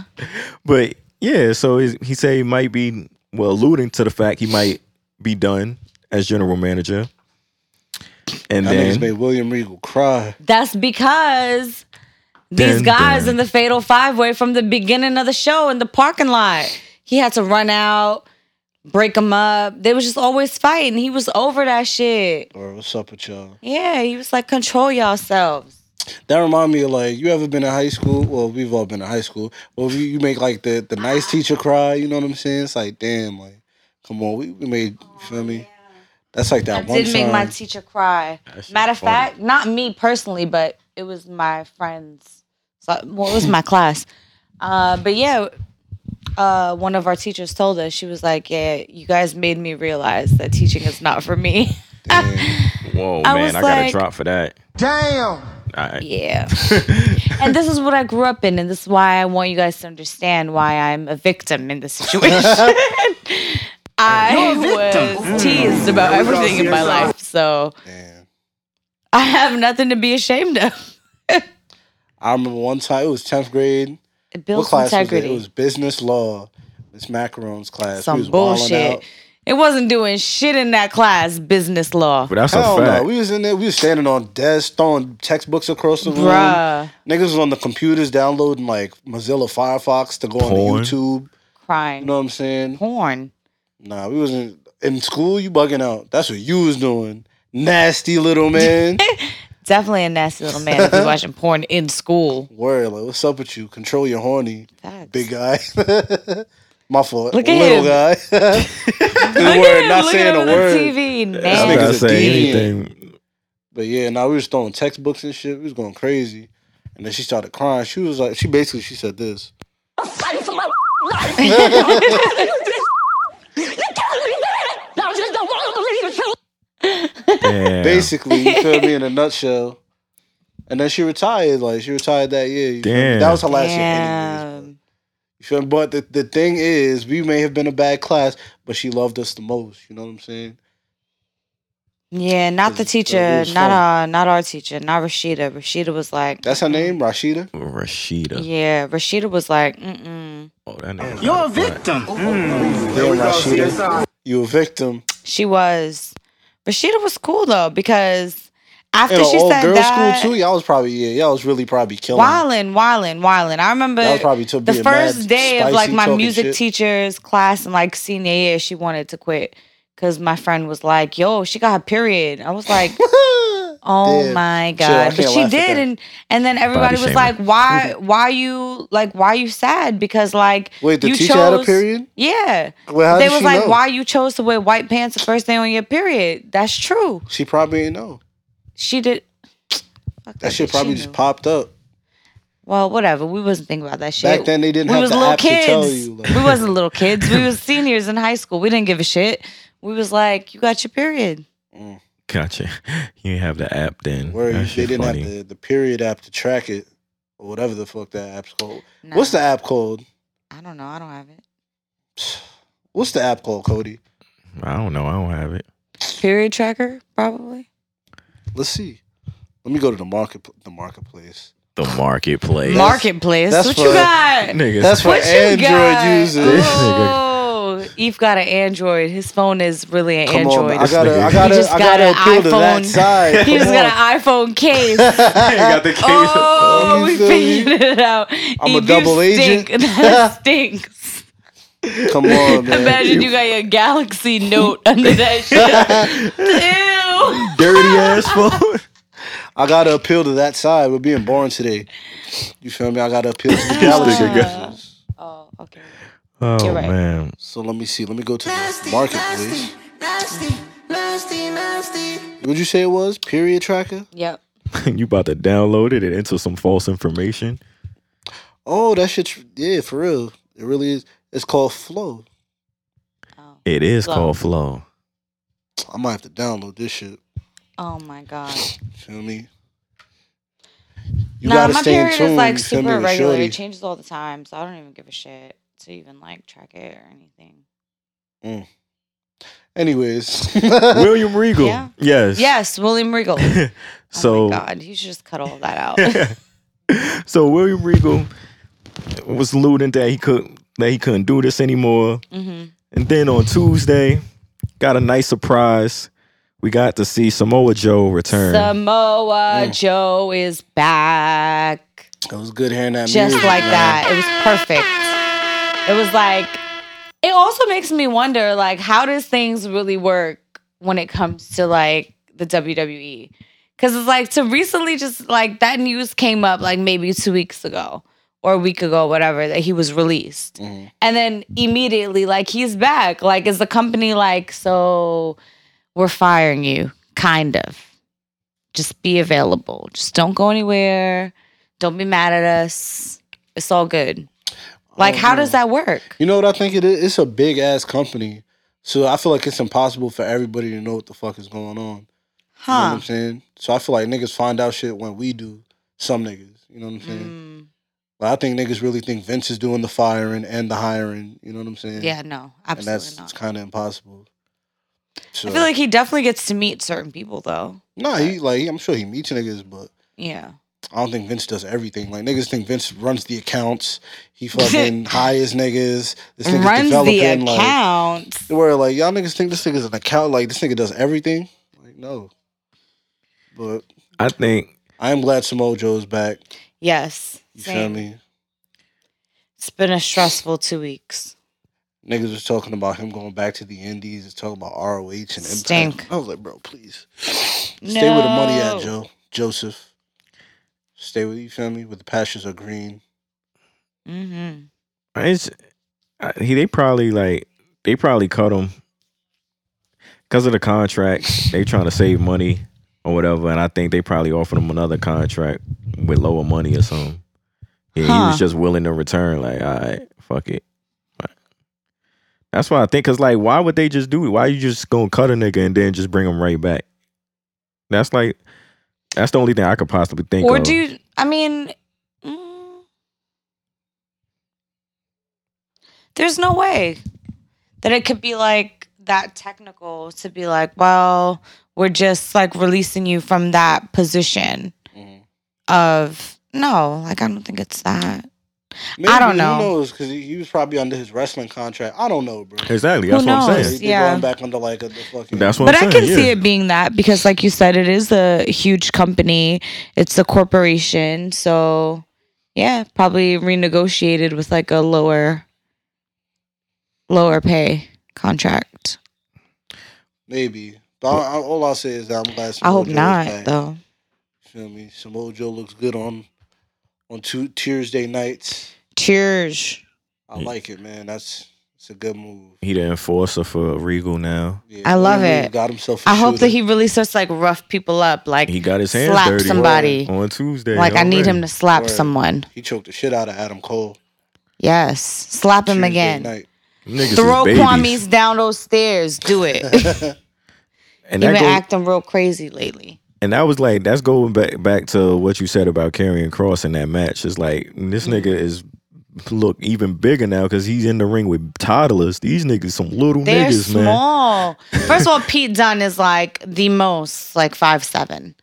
F: But yeah, so he, he said he might be well alluding to the fact he might be done as general manager, and
D: That niggas made
F: then
D: William Regal cry.
J: That's because these
F: Dun,
J: guys
F: dun.
J: in the Fatal Five Way from the beginning of the show in the parking lot, he had to run out, break them up. They was just always fighting. He was over that shit.
D: Or what's up with y'all?
J: Yeah, he was like, control yourselves.
D: That remind me of like you ever been in high school? Well, we've all been in high school. Well, you, you make like the the nice teacher cry. You know what I'm saying? It's like damn, like come on, we, we made. You feel me? That's like that
J: I
D: one
J: Oh, did make
D: time.
J: my teacher cry. Matter of fact, not me personally, but it was my friends. So, well, it was my class. Uh, but yeah, uh, one of our teachers told us she was like, "Yeah, you guys made me realize that teaching is not for me."
F: whoa
J: I was
F: man, I got
J: like-
F: a drop for that.
G: Damn.
F: All right.
J: Yeah. and this is what I grew up in, and this is why I want you guys to understand why I'm a victim in this situation. I
D: Mm.
J: was teased about everything in my life, so
D: Damn.
J: I have nothing to be ashamed of.
D: I remember one time it was tenth grade.
J: It builds
D: what class
J: integrity.
D: was it? It was business law. Miss Macaron's class. We
J: Some
D: was wilding
J: bullshit.
D: out.
J: It wasn't doing shit in that class, business law.
F: But that's a
D: Hell
F: fact.
D: no, we was in there. We was standing on desks, throwing textbooks across the room.
J: Bruh.
D: Niggas was on the computers downloading like Mozilla Firefox to go on
F: Porn.
D: YouTube.
J: Crying.
D: You know what I'm saying?
J: Porn.
D: Nah, we wasn't in school. You bugging out. That's what you was doing, nasty little man.
J: Definitely a nasty little man if you're watching porn in school.
D: Word, like, what's up with you? Control your horny,
J: Facts.
D: big guy. My fault,
J: Look at
D: little
J: him.
D: guy.
J: Look
D: word,
J: at him,
D: not
J: look
D: saying
J: at him
D: a
J: on
D: word.
J: The TV,
F: I
D: This
J: man.
F: was about to
D: nigga's a
F: say
D: deviant.
F: anything.
D: But yeah, now we was throwing textbooks and shit. We was going crazy. And then she started crying. She was like, she basically she said this.
K: I'm fighting for my life. you telling me that? I just don't want to believe it.
F: Damn.
D: Basically, you feel me in a nutshell. And then she retired. Like she retired that year. you feel me?
F: Damn.
D: That was her last year. anyways.
J: Damn.
D: You feel me? But the, the thing is, we may have been a bad class, but she loved us the most. You know what I'm saying?
J: Yeah, not the
D: It's- it
J: teacher,
D: was
J: not
D: fun.
J: our, not our teacher, not Rashida. Rashida was like,
D: That's her name, Rashida.
F: Rashida.
J: yeah, Rashida was like, mm-mm.
F: Oh, that nigga.
G: You're a victim.
D: Damn, Rashida. You a victim.
J: She was. Rashida was cool though because after
D: In an
J: she
D: old
J: said
D: girl
J: that,
D: school too, y'all was probably yeah, y'all was really probably killing. it.
J: wildin', wildin', wildin'. I remember
D: That was probably to
J: the
D: being
J: first
D: mad
J: day of
D: spicy,
J: like my
D: talking
J: music
D: shit.
J: teacher's class and like senior year, she wanted to quit because my friend was like, "Yo, she got her period." I was like, "Oh
D: Damn.
J: my
D: Chill, I
J: god!"
D: can't
J: but she
D: laugh at
J: did,
D: that.
J: and and then everybody was
F: shaming.
J: like, "Why? Why you like? Why you sad? Because like
D: Wait, the
J: you
D: teacher had a
J: chose-
D: period?
J: Yeah."
D: Well, how
J: they
D: did
J: was
D: she
J: like,
D: know?
J: "Why you chose to wear white pants the first day on your period?" That's true.
D: She probably didn't know.
J: She did. Fuck,
D: That
J: bitch,
D: shit probably
J: she
D: just
J: knew.
D: popped up.
J: Well, whatever. We wasn't thinking about that shit.
D: Back then, they didn't
J: we
D: have
J: was
D: the
J: little
D: app to
J: kids.
D: tell you, like-
J: we wasn't little kids. We was seniors in high school. We didn't give a shit. We was like, you got your period.
F: Gotcha. You didn't have the app then.
D: Where
F: That
D: you- they
F: shit
D: didn't
F: funny.
D: have the, the period app to track it or whatever the fuck that app's called.
J: Nah.
D: What's the app called?
J: I don't know. I don't have it.
D: What's the app called, Cody?
F: I don't know. I don't have it.
J: Period tracker, probably.
D: Let's see. Let me go to the market the marketplace.
F: The marketplace.
J: Marketplace.
D: that's
J: what
D: for-
J: you got?
F: Niggas.
D: That's for
J: What
D: Android
J: you got?
D: users.
J: Oh, Eve got an Android. His phone is really an
D: Come
J: Android.
D: on, I gotta, I
F: He
D: gotta,
J: just
D: I
J: got
D: gotta
J: an
D: appeal to that
J: iPhone.
D: side.
J: he just
D: Come on.
J: got an iPhone case.
F: got the case.
J: Oh,
D: You
J: we
D: feel me?
J: figured it out.
D: I'm a
J: Eve, you
D: double agent.
J: stink. That stinks.
D: Come on, man.
J: Imagine you got your Galaxy Note under that shit. Ew.
F: Dirty ass phone.
D: I gotta appeal to that side. We're being born today. You feel me? I gotta appeal to the
J: got-
D: galaxy.
J: Oh, okay.
F: Oh
J: You're right.
F: man.
D: So let me see. Let me go to the marketplace. Would you say it was period tracker?
J: Yep.
F: you about to download it and enter some false information.
D: Oh, that shit. Yeah, for real. It really is. It's called Flow.
J: Oh,
F: It is
J: Flow.
F: called flow.
D: I might have to download this shit.
J: oh my god.
D: Feel me? You
J: Nah,
D: gotta
J: my
D: stay in
J: period
D: tune.
J: is like
D: you feel
J: super
D: me? with
J: irregular.
D: shorty.
J: It changes all the time, so I don't even give a shit to even like track it or anything.
D: Mm. Anyways,
F: William Regal.
J: Yeah.
F: Yes.
J: Yes, William Regal. Oh
F: So
J: my god, you should just cut all that out.
F: so William Regal was looting that he could that he couldn't do this anymore.
J: hmm
F: And then on Tuesday, got a nice surprise. We got to see Samoa Joe return.
J: Samoa Joe is back.
D: it was good hearing that.
J: Just
D: music,
J: like
D: man.
J: that. It was perfect. It was like it also makes me wonder like how does things really work when it comes to like the WWE? Cuz it's like to recently just like that news came up like maybe 2 weeks ago or a week ago whatever that he was released. And then immediately like he's back. Like is the company like so we're firing you kind of. Just be available. Just don't go anywhere. Don't be mad at us. It's all good. Like, how does that work?
D: You know what I think it is? It's a big ass company. So I feel like it's impossible for everybody to know what the fuck is going on. You know what
J: Huh?
D: I'm saying? So I feel like niggas find out shit when we do. Some niggas. You know what I'm saying?
J: Mm,
D: But I think niggas really think Vince is doing the firing and the hiring. You know what I'm saying?
J: yeah, no,
D: And that's
J: absolutely
D: it's
J: not.
D: kinda impossible. So
J: I feel like he definitely gets to meet certain people, though.
D: Nah, he like he- I'm sure he meets niggas, but
J: Yeah.
D: I don't think Vince does everything. Like niggas think Vince runs the accounts. He fucking hires niggas. This nigga's
J: Runs the
D: developing like
J: accounts.
D: Where like y'all niggas think this nigga's an account, like this nigga does everything. Like no, but
F: I think
D: I am glad Samoa Joe's back.
J: yes.
D: You feel
J: Same.
D: me?
J: It's been a stressful two weeks.
D: Niggas was talking about him going back to the Indies. It's talking about ROH and Impact.
J: Stink.
D: I was like, bro, please stay where the money at,
J: No.
D: Joe Joseph. Stay with you, feel me? With the pastures are green.
J: Mm-hmm.
F: it's I- he. They probably like they probably cut him because of the contract. they trying to save money or whatever, and I think they probably offered him another contract with lower money or something. And he
J: Huh.
F: was just willing to return. Like, all right, fuck it. That's why I think, cause like, why would they just do it? Why you just gonna cut a nigga and then just bring him right back? That's like, that's the only thing I could possibly think
J: or
F: of.
J: do you, I mean, mm, there's no way that it could be like that technical to be like, well, we're just like releasing you from that position
F: Mm-hmm.
J: of no, like I don't think it's that. I don't know.
D: Who knows? Because he, he was probably under his wrestling contract. I don't know, bro.
F: exactly.
J: Who
F: That's what I'm
J: knows?
F: saying.
D: They
J: Oh, Yeah.
D: going back under like a the fucking.
F: That's what
J: but
F: I'm
J: I
F: saying.
J: can
F: yeah.
J: see it being that because, like you said, it is a huge company. It's a corporation, so yeah, probably renegotiated with like a lower, lower pay contract.
D: Maybe. But I, I, all I'll say is that I'm glad.
J: I
D: Samoa
J: hope
D: Joe is
J: not,
D: back.
J: though.
D: Feel me? Samoa Joe looks good on on two Tuesday nights.
J: Cheers.
F: Mm.
D: I like it, man. That's it's a good move.
F: He the enforcer for Regal now.
J: I love
D: He really
J: it.
D: Got himself. a
J: I hope that
D: shooter.
J: he really starts like rough people up, like
F: He got his hands
J: slap
F: dirty
J: somebody.
F: on Tuesday.
J: Like I need him
F: already.
J: to slap
D: Word.
J: someone.
D: he choked the shit out of Adam Cole.
J: Yes, slap him
D: Tuesday
J: again.
D: night.
F: Niggas is
J: Throw
F: babies.
J: Kwame's down those stairs. Do it.
F: And
J: You've
F: that,
J: been
F: go,
J: acting real crazy lately.
F: and that was like that's going back back to what you said about carrying cross in that match. It's like this
J: Mm.
F: nigga is look even bigger now because he's in the ring with toddlers. These niggas some little
J: They're
F: niggas, man.
J: small. First of all, Pete Dunn is like the most, like five seven,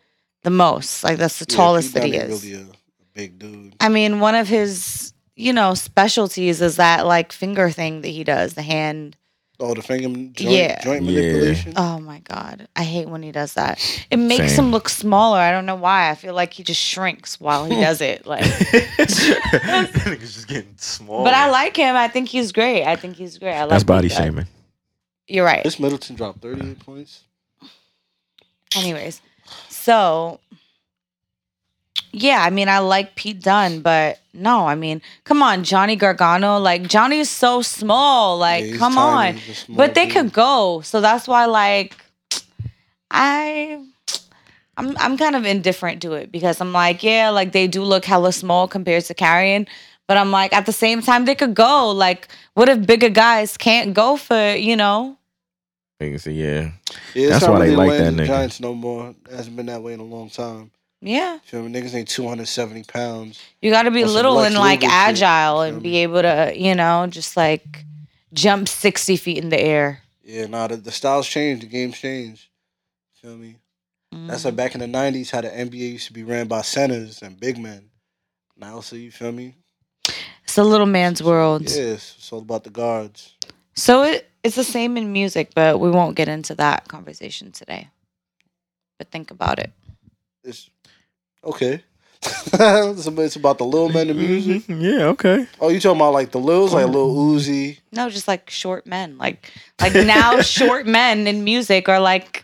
J: the most. Like that's the
D: Yeah,
J: tallest
D: Pete
J: that he
D: Dunne
J: is.
D: Really a big dude.
J: I mean, one of his, you know, specialties is that like finger thing that he does, the hand.
D: Oh, the finger joint,
J: Yeah.
D: joint
F: Yeah.
D: manipulation.
J: Oh my god, I hate when he does that. It makes
F: Same.
J: him look smaller. I don't know why. I feel like he just shrinks while he does it. Like,
F: niggas just getting small.
J: but I like him. I think he's great. I think he's great. I like
F: Oh that's body
J: Pete Dunne.
F: shaming.
J: You're right.
D: This Middleton dropped 38 points.
J: Anyways, so yeah, I mean, I like Pete Dunn, but no, I mean, come on, Johnny Gargano, like Johnny's so small, like
D: Yeah, he's
J: come
D: tiny,
J: on,
D: he's a small
J: but they
D: dude.
J: could go, so that's why, like, I. I'm I'm kind of indifferent to it because I'm like, yeah, like they do look hella small compared to Carrion, but I'm like, at the same time, they could go. Like, what if bigger guys can't go for you know?
F: Niggas say, yeah.
D: Yeah, it's
F: That's
D: not
F: why they
D: really
F: like
D: Lions
F: that
D: and
F: nigga.
D: Giants no more. It hasn't been that way in a long time.
J: Yeah,
D: Feel me? Niggas ain't 270 pounds.
J: You got to be
D: Or some
J: little
D: Lex
J: and like
D: Luger shit,
J: agile
D: feel
J: and
D: me?
J: be able to, you know, just like jump 60 feet in the air.
D: Yeah, nah, the, the styles changed. The game's changed. Feel me? That's
J: Mm.
D: like back in the 90s how the NBA used to be ran by centers and big men. Now, so you feel me?
J: It's a little man's world.
D: Yes, it's all about the guards.
J: So it, it's the same in music, but we won't get into that conversation today. But think about it.
D: It's okay. it's, about, it's about the little men in music.
F: Yeah, okay.
J: Mm-hmm.
D: Oh, you talking about like the Lils, like Lil Uzi?
J: No, just like short men. Like like now short men in music are like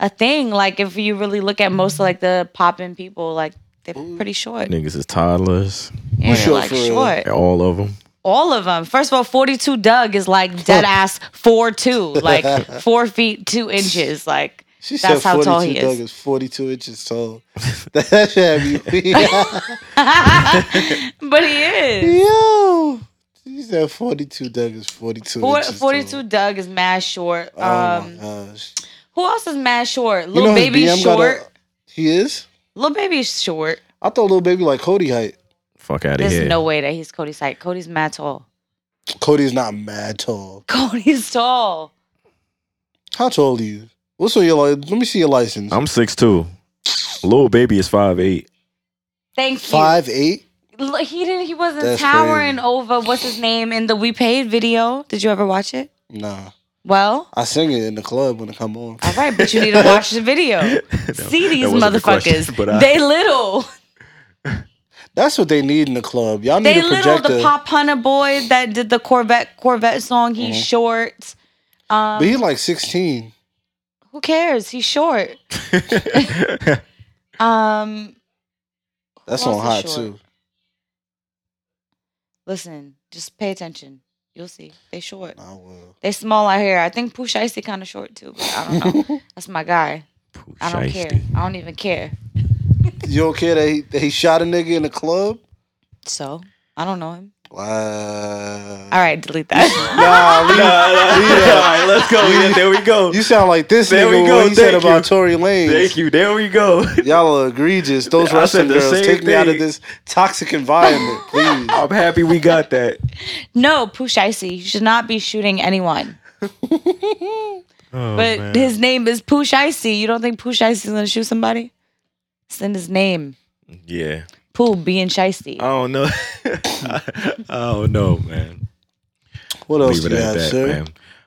J: a thing. Like if you really look at most of like the poppin' people, like they're pretty short.
F: Niggas is toddlers.
J: Yeah,
D: short
J: like
D: for real.
J: short.
F: All of them.
J: all of them. First of all, 42 Doug is like dead ass four two, like four feet two inches. Like
D: She said
J: that's how
D: 42
J: tall he
D: Doug
J: is.
D: is 42 inches tall. that should have me.
J: but he is.
D: Yo. She said 42 Doug is 42
J: Four,
D: inches
J: 42
D: tall.
J: Doug is mad short.
D: Oh my
J: Um,
D: gosh.
J: who else is mad short?
D: You
J: Little
D: know his
J: baby
D: BM got a-
J: short.
D: he is?
J: Little baby's short.
D: I thought little baby like Cody height.
F: Fuck out of
J: There's
F: here.
J: no way that he's Cody's height. Cody's mad tall.
D: Cody's not mad tall.
J: Cody's tall.
D: How tall are you? What's on your license? Let me see your license.
F: I'm six two. Lil baby is five eight.
J: Thank you.
D: five eight.
J: Look, He didn't. He wasn't
D: That's
J: towering
D: crazy.
J: over what's his name in the We Paid video. Did you ever watch it?
D: Nah,
J: Well,
D: I sing it in the club when it come on.
J: All right, but you need to watch the video. See these
F: wasn't the question,
J: motherfuckers.
F: but I-
J: they little.
D: That's what they need in the club. Y'all need
J: They
D: a
J: little.
D: projector.
J: The pop hunter boy that did the Corvette Corvette song. He's
F: Uh-huh.
J: short. um,
D: but he like sixteen.
J: Who cares? He's short. um,
D: That's
J: who
D: on
J: else is
D: hot
J: short?
D: too.
J: Listen, just pay attention. You'll see. They short.
D: I will.
J: They small out here. I think Pooh Shiesty kind of short too, but I don't know. That's my guy. I don't care. I don't even care.
D: you don't care that he, that he shot a nigga in the club?
J: So I don't know him.
D: Wow.
J: All right, delete that.
D: Nah, leave, leave
F: All
D: that.
F: right, let's go. Yeah, there we go.
D: You sound like this
F: There
D: nigga
F: we go,
D: when he said
F: thank
D: about
F: you.
D: Tory Lanez.
F: Thank you. There we go.
D: Y'all are egregious. Those
F: I said
D: Russian
F: the
D: girls
F: same
D: take me out of
F: thing.
D: this toxic environment, please.
F: I'm happy we got that.
J: no, Pushaisi. You should not be shooting anyone. but his name is Pushaisi. You don't think Pushaisi is gonna shoot somebody? It's in his name.
F: Yeah.
J: Pooh being shiesty.
F: I don't know. I don't know, man.
D: What else
F: Leave it
D: do you
F: at
D: have,
F: that,
D: sir?
F: man.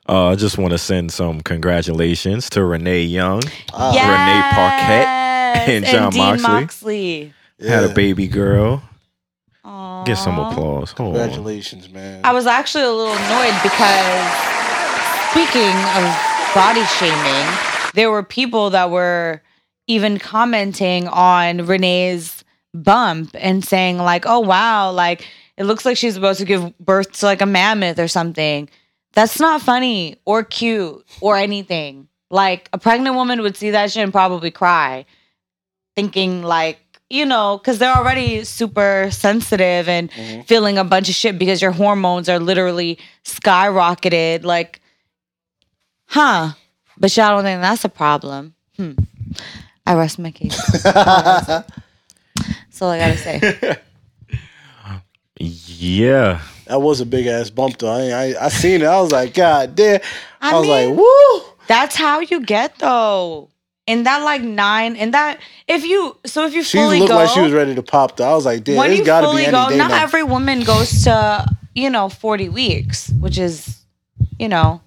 F: Uh, I just want to send some congratulations to Renee Young, Renee Parquette, and John
J: Dean
F: Moxley.
J: Moxley.
F: Had
D: Yeah.
F: a baby girl.
J: Aw.
F: Get some applause. Hold on.
D: Congratulations, man.
J: I was actually a little annoyed because speaking of body shaming, there were people that were even commenting on Renee's bump and saying like, "Oh wow, like it looks like she's supposed to give birth to like a mammoth or something." That's not funny or cute or anything. Like a pregnant woman would see that shit and probably cry thinking like you know because they're already super sensitive and
D: Mm-hmm.
J: feeling a bunch of shit because your hormones are literally skyrocketed like huh but y'all don't think that's a problem hmm i rest my case that's all i gotta say
F: Yeah.
D: that was a big ass bump though. I, I I seen it. I was like, God damn.
J: I
D: I, was
J: mean-
D: like, woo.
J: that's how you get though and that like nine and that if you so if you
D: She
J: fully
D: looked
J: go
D: like she was ready to pop though. I was like, damn,
J: when
D: it's
J: you
D: gotta be
J: fully
D: any
J: go,
D: day
J: not
D: now.
J: every woman goes to you know forty weeks, which is you know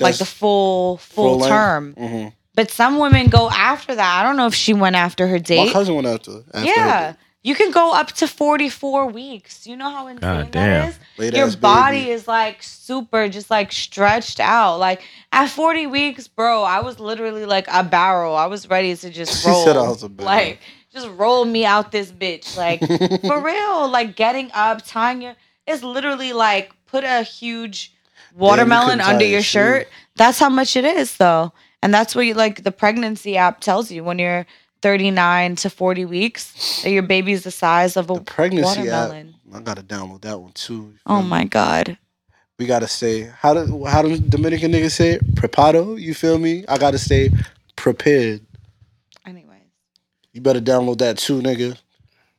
J: like
D: That's
J: the full full,
D: length.
J: term.
D: Mhm.
J: But some women go after that. I don't know if she went after her
D: My
J: date.
D: cousin went after. after
J: yeah,
D: her.
J: you can go up to forty four weeks. You know how insane
F: God
J: that
F: damn.
J: is.
D: Late
J: Your
D: ass
J: body
D: baby.
J: is like super, just like stretched out. Like at forty weeks, bro, I was literally like a barrel. I was ready to just
D: She
J: roll.
D: said I was a barrel.
J: Like just roll me out this bitch. Like for real. Like getting up, tying your. It's literally like put a huge
D: couldn't
J: watermelon
D: tie
J: under
D: your
J: your
D: shoe.
J: shirt. That's how much it is, though. And that's what you like the pregnancy app tells you when you're 39 to 40 weeks that your baby's the size of a
D: The pregnancy app. Hmm.
J: watermelon.
D: I gotta download that one too.
J: Oh my god.
D: We gotta say how do how do Dominican niggas say it? Preparado, you feel me? I gotta stay prepared.
J: Anyways.
D: You better download that too, nigga.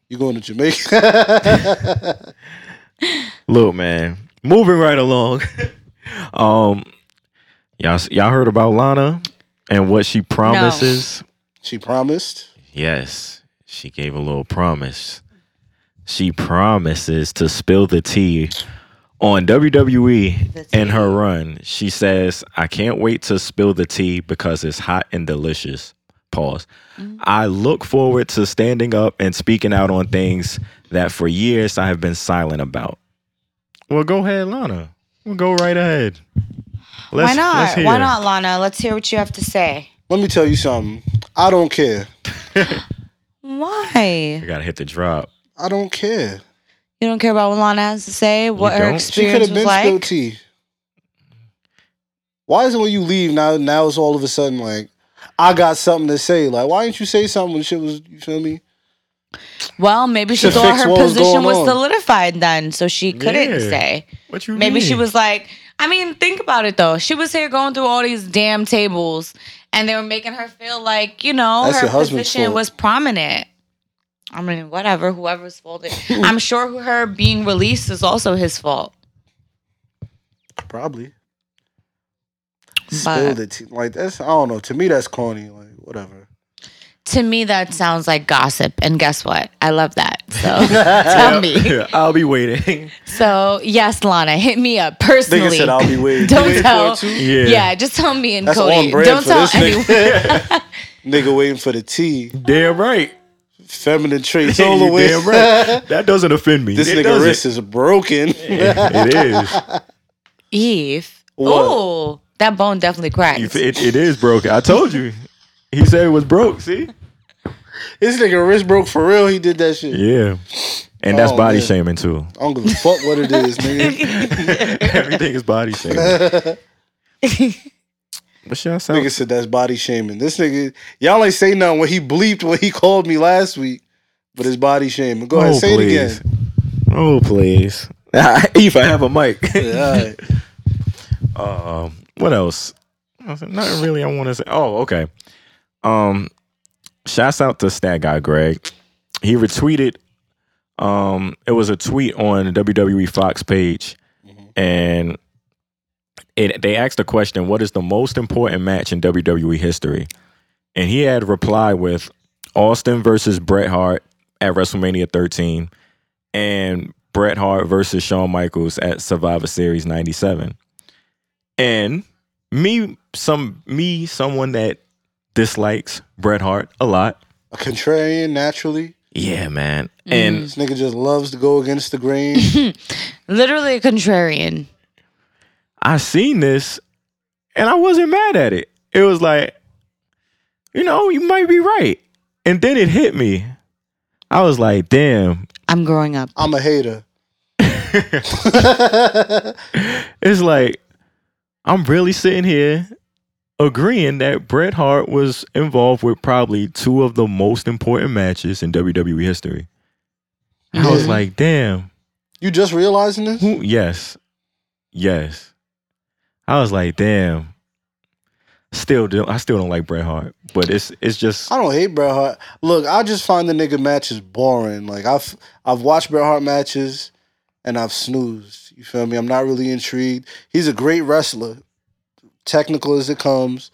D: You going to Jamaica?
F: Look, man. Moving right along. um, y'all y'all heard about Lana and what she promises?
D: she promised.
F: Yes, she gave a little promise. She promises to spill the tea on WWE
J: The
F: in
J: tea.
F: her run. She says, I can't wait to spill the tea because it's hot and delicious. Pause.
J: Mm-hmm.
F: I look forward to standing up and speaking out on things that for years I have been silent about. Well, go ahead, Lana. We'll go right ahead. Let's,
J: Why
F: let's
J: not?
F: hear.
J: Why not, Lana? Let's hear what you have to say.
D: Let me tell you something. I don't care.
F: I
J: Why?
F: gotta hit the drop.
D: I don't care.
J: You don't care about what Lana has to say, what her
F: don't?
D: She could
J: experience
D: have
J: was
D: been spilled
J: like.
D: tea. Why is it when you leave now? Now it's all of a sudden like I got something to say. Like why didn't you say something when shit was? You feel me?
J: Well, maybe she
D: To
J: thought
D: fix
J: her
D: what was
J: position
D: going
J: was
D: on.
J: solidified then, so she couldn't
F: Yeah.
J: say.
F: What you
J: Maybe she
F: mean?
J: was like, I mean, think about it though. She was here going through all these damn tables, and they were making her feel like you know
D: That's
J: her
D: your husband's
J: position
D: fault.
J: was prominent. I mean, whatever, whoever's fault it. I'm sure her being released is also his fault.
D: Probably.
J: But-
D: Spilled it. tea. Like that's I don't know. To me that's corny. Like whatever.
J: To me, that sounds like gossip. And guess what? I love that. So tell me.
F: I'll be waiting.
J: So, yes, Lana, hit me up personally.
D: Nigga said I'll be waiting.
J: Don't
D: You waiting for
J: tell.
D: it too?
J: yeah.
F: Yeah.
J: just tell me and
D: That's
J: Cody.
D: on brand
J: Don't
D: for
J: tell
D: this
J: anyone.
D: nigga. nigga waiting for the tea.
F: Damn right.
D: Feminine traits all the
F: You
D: way.
F: damn right. That doesn't offend me.
D: This
F: It
D: nigga
F: doesn't.
D: wrist is broken.
F: it is.
J: Eve.
D: What?
J: Ooh, that bone definitely
F: You-
J: cracks.
F: It, it is broken. I told you. He said it was broke. See?
D: this nigga wrist broke for real. He did that shit.
F: Yeah. And that's
D: Oh,
F: body
D: man.
F: shaming too.
D: I don't give a fuck what it is, nigga.
F: Everything is body shaming. What should I say?
D: Nigga said that's body shaming. This nigga, y'all ain't say nothing when he bleeped when he called me last week, but it's body shaming. Go ahead,
F: Oh,
D: say
F: please.
D: it again.
F: Oh please. if I have a mic.
D: Yeah, all right.
F: Um, what else? I said, Not really. I want to say. Oh, okay. Um, shouts out to Stat Guy Greg. He retweeted. Um, it was a tweet on the WWE Fox page, and it they asked the question, "What is the most important match in WWE history?" And he had replied with Austin versus Bret Hart at WrestleMania 13, and Bret Hart versus Shawn Michaels at Survivor Series 97 and me some me someone that dislikes Bret Hart a lot.
D: A contrarian, naturally.
F: Yeah, man. And
D: This nigga just loves to go against the grain.
J: Literally a contrarian.
F: I seen this and I wasn't mad at it. It was like you know, you might be right. And then it hit me. I was like, "Damn."
J: I'm growing up.
D: I'm a hater.
F: It's like I'm really sitting here agreeing that Bret Hart was involved with probably two of the most important matches in WWE history. I was like, "Damn."
D: You just realizing this?
F: Who- Yes. Yes. I was like, damn. Still do I still don't like Bret Hart. But it's it's just
D: I don't hate Bret Hart. Look, I just find the nigga matches boring. Like I've I've watched Bret Hart matches and I've snoozed. You feel me? I'm not really intrigued. He's a great wrestler, technical as it comes,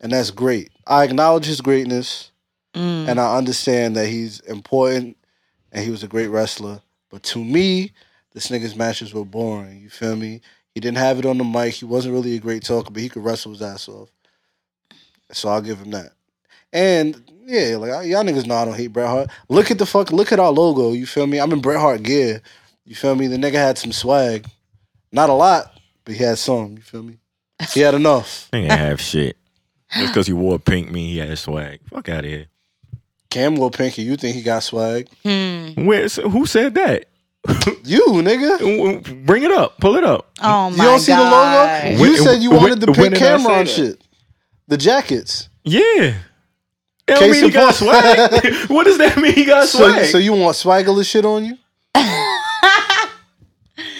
D: and that's great. I acknowledge his greatness and I understand that he's important and he was a great wrestler. But to me, this nigga's matches were boring. You feel me? He didn't have it on the mic. He wasn't really a great talker, but he could wrestle his ass off. So I'll give him that. And yeah, like I- y'all niggas know I don't hate Bret Hart. Look at the fuck, look at our logo. You feel me? I'm in Bret Hart gear. You feel me? The nigga had some swag, not a lot, but he had some. You feel me? He had enough.
F: I ain't have shit. Just cause he wore pink mean he had swag. Fuck out of here.
D: Cam Will Pinky, you think he got swag? Mm.
F: Where, so who said that?
D: You nigga, you
F: W- w- Bring it up. Pull it up.
J: Oh my god.
D: don't see the logo? You
F: When-
D: said you
F: when-
D: wanted the
F: when
D: pink
F: did I say
D: camera on
F: that?
D: shit, the jackets.
F: Yeah. That
D: Case
F: don't mean he
D: in
F: got
D: point.
F: swag. what does that mean he got
D: So,
F: swag?
D: so you want swaggerless shit on you?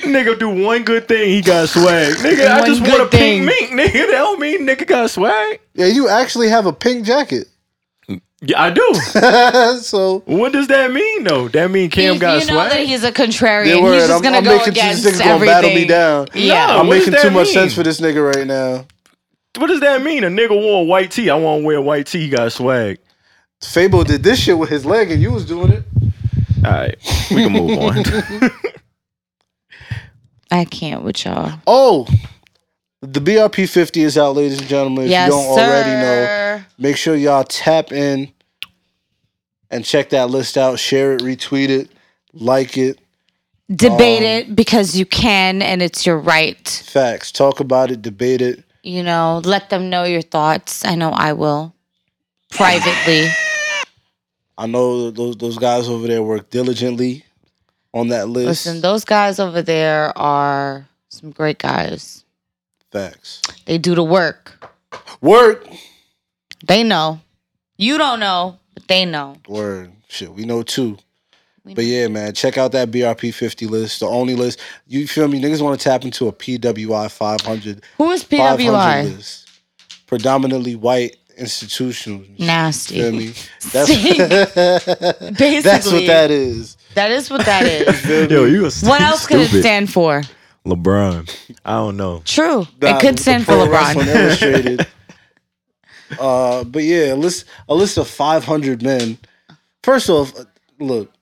F: nigga do one good thing, he got swag. Nigga, I
J: One
F: just
J: good
F: want a
J: thing.
F: pink mink, nigga. That don't mean nigga got swag.
D: Yeah, you actually have a pink jacket.
F: Yeah, I do.
D: so
F: What does that mean though? That mean Cam
J: you,
F: got
J: you know
F: swag?
J: that he's a contrarian.
D: Yeah, word.
J: He's just
D: I'm-
J: gonna
D: I'm
J: go
D: making- this
J: against
D: nigga's gonna
J: everything.
D: battle me down.
J: Yeah.
F: No.
D: I'm
F: what does
D: making
F: that
D: too much
F: mean?
D: sense for this nigga right now.
F: what does that mean? A nigga wore a white tee. I want to wear a white tee. He got swag.
D: Fable did this shit with his leg and you was doing it.
F: All right, we can move on.
J: I can't with y'all.
D: Oh, the BRP 50 is out, ladies and gentlemen. If
J: yes,
D: you don't
J: sir.
D: already know, make sure y'all tap in and check that list out. Share it, retweet it, like it.
J: Debate
D: Um,
J: it because you can and it's your right.
D: Facts. Talk about it, debate it.
J: You know, let them know your thoughts. I know I will. Privately.
D: I know those those guys over there work diligently on that list.
J: Listen, those guys over there are some great guys.
D: Facts.
J: They do the work.
D: Work.
J: They know. You don't know, but they know.
D: Word. Shit, we know too.
J: We
D: But yeah, man, check out that BRP 50 list, the only list. You feel me? Niggas want to tap into a PWI 500,
J: Who is
D: 500
J: PWI?
D: list. Predominantly white institutions. Feel
J: Nasty.
D: me? That's,
J: Basically,
D: that's what that is.
J: that is what that is.
F: Yo, you a
J: what else could it
F: stupid.
J: stand for?
F: LeBron. I don't know.
J: True.
D: Nah,
J: it could stand for
D: Pro
J: LeBron.
D: Wrestling Illustrated. uh, but yeah, a list, a list of 500 men. First off, uh, look,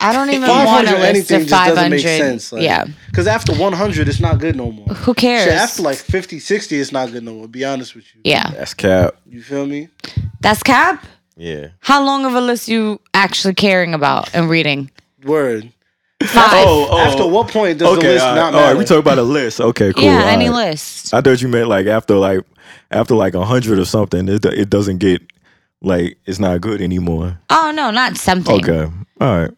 J: I don't even want
D: 500
J: a list
D: anything
J: of
D: just doesn't make
J: 500.
D: sense. Like,
J: yeah.
D: Because after 100, it's not good no more.
J: Who cares?
D: Shit, after like 50, 60, it's not good no more. Be honest with you.
J: yeah.
F: That's cap.
D: You feel me?
J: That's cap.
F: Yeah.
J: How long of a list you actually caring about and reading?
D: Word.
J: Five.
F: Oh, oh.
D: After what point does the
F: okay.
D: list
F: all right,
D: not
F: all
D: matter?
F: right, we talk about a list. Okay, cool.
J: yeah,
F: all
J: any
F: right.
J: list.
F: I thought you meant like after like after like a hundred or something. It do- it doesn't get like it's not good anymore.
J: Oh no, not something.
F: Okay. All right.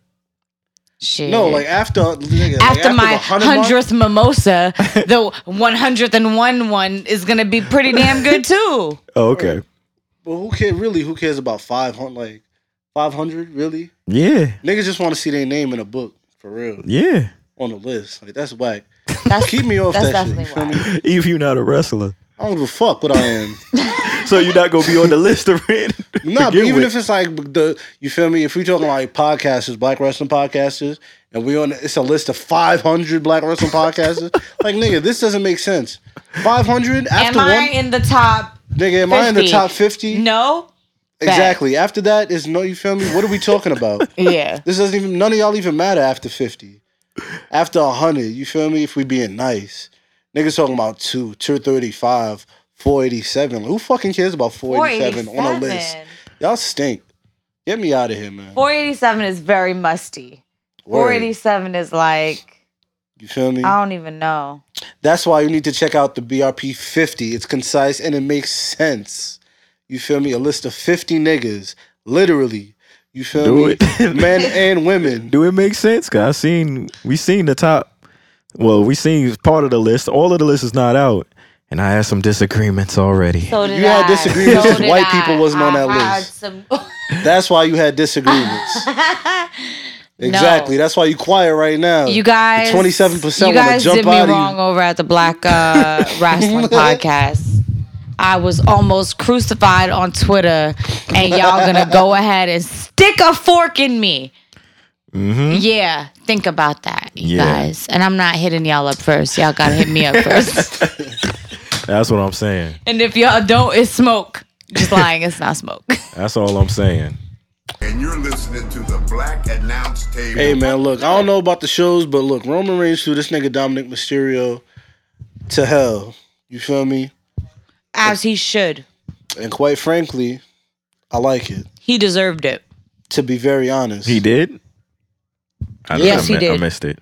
J: Shit.
D: No, like after nigga, like,
J: after my
D: the 100 mark,
J: hundredth mimosa, the one hundredth and one one is gonna be pretty damn good too.
F: Oh, okay.
D: But who cares? Really, who cares about five hundred? Like five hundred? Really?
F: Yeah.
D: Niggas just want to see their name in a book for real
F: Yeah.
D: on the list. Like that's whack.
J: That's,
D: Keep me off
J: that's
D: that shit.
J: definitely
D: You feel me?
J: why.
F: If you're not a wrestler.
D: I don't give a fuck what I am.
F: So you're not gonna be on the list of it.
D: No, but
F: begin
D: even
F: with.
D: if it's like the you feel me. If we talking like podcasters, black wrestling podcasters, and we on it's a list of five hundred black wrestling podcasters. like nigga, this doesn't make sense. Five hundred
J: Am
D: after one,
J: I in the top?
D: nigga. Am I in the
J: 50?
D: top fifty?
J: No.
D: exactly. After that is no. You feel me? What are we talking about?
J: Yeah.
D: this doesn't even none of y'all even matter after fifty, after hundred. You feel me? If we being nice, niggas talking about two, two thirty five, four eighty seven. Who fucking cares about four eighty seven on a list?
J: 487.
D: Y'all stink. Get me out of here, man.
J: 487 is very musty.
D: Word.
J: 487 is like,
D: You feel me?
J: I don't even know.
D: That's why you need to check out the BRP 50. It's concise and it makes sense. You feel me? A list of 50 niggas, literally. You feel
F: Do
D: me?
F: it.
D: Men and women.
F: Do it make sense? Cause I seen we seen the top. Well, we seen part of the list. All of the list is not out, and I had some disagreements already.
J: So did
D: You had
J: I.
D: disagreements
J: So
D: with
J: did
D: white
J: I.
D: people wasn't on
J: I
D: that
J: had
D: list.
J: some-
D: That's why you had disagreements. Exactly. That's why you quiet right now.
J: You guys,
D: Twenty seven percent
J: You
D: want to
J: guys
D: jump
J: did me
D: out
J: wrong
D: of
J: over at the Black uh, Wrestling Podcast. I was almost crucified on Twitter, and y'all gonna go ahead and stick a fork in me. Yeah, think about that, you
F: Yeah.
J: guys. And I'm not hitting y'all up first. Y'all gotta hit me up first.
F: That's what I'm saying.
J: and if y'all don't, it's smoke. Just lying, it's not smoke.
F: That's all I'm saying.
B: And you're listening to the Black Announce Table.
D: you. Hey man, look, I don't know about the shows, but look, Roman Reigns threw this nigga Dominic Mysterio to hell. You feel me?
J: As he should.
D: And quite frankly, I like it.
J: He deserved it.
D: To be very honest,
F: He did. I
J: Yes,
F: I,
J: he
F: I
J: did.
F: missed it.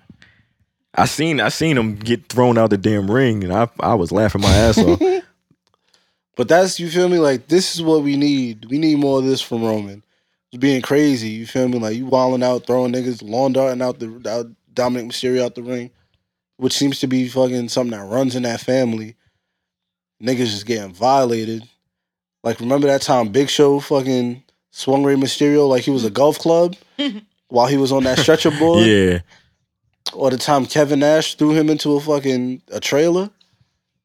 F: I seen I seen him get thrown out the damn ring, and I I was laughing my ass off.
D: But that's you feel me? Like this is what we need. We need more of this from Roman. Just being crazy, you feel me? Like you wilding out, throwing niggas, lawn darting out the out Dominic Mysterio out the ring, which seems to be fucking something that runs in that family. Niggas just getting violated. Like remember that time Big Show fucking swung Ray Mysterio like he was a golf club while he was on that stretcher board,
F: yeah,
D: or the time Kevin Nash threw him into a fucking a trailer.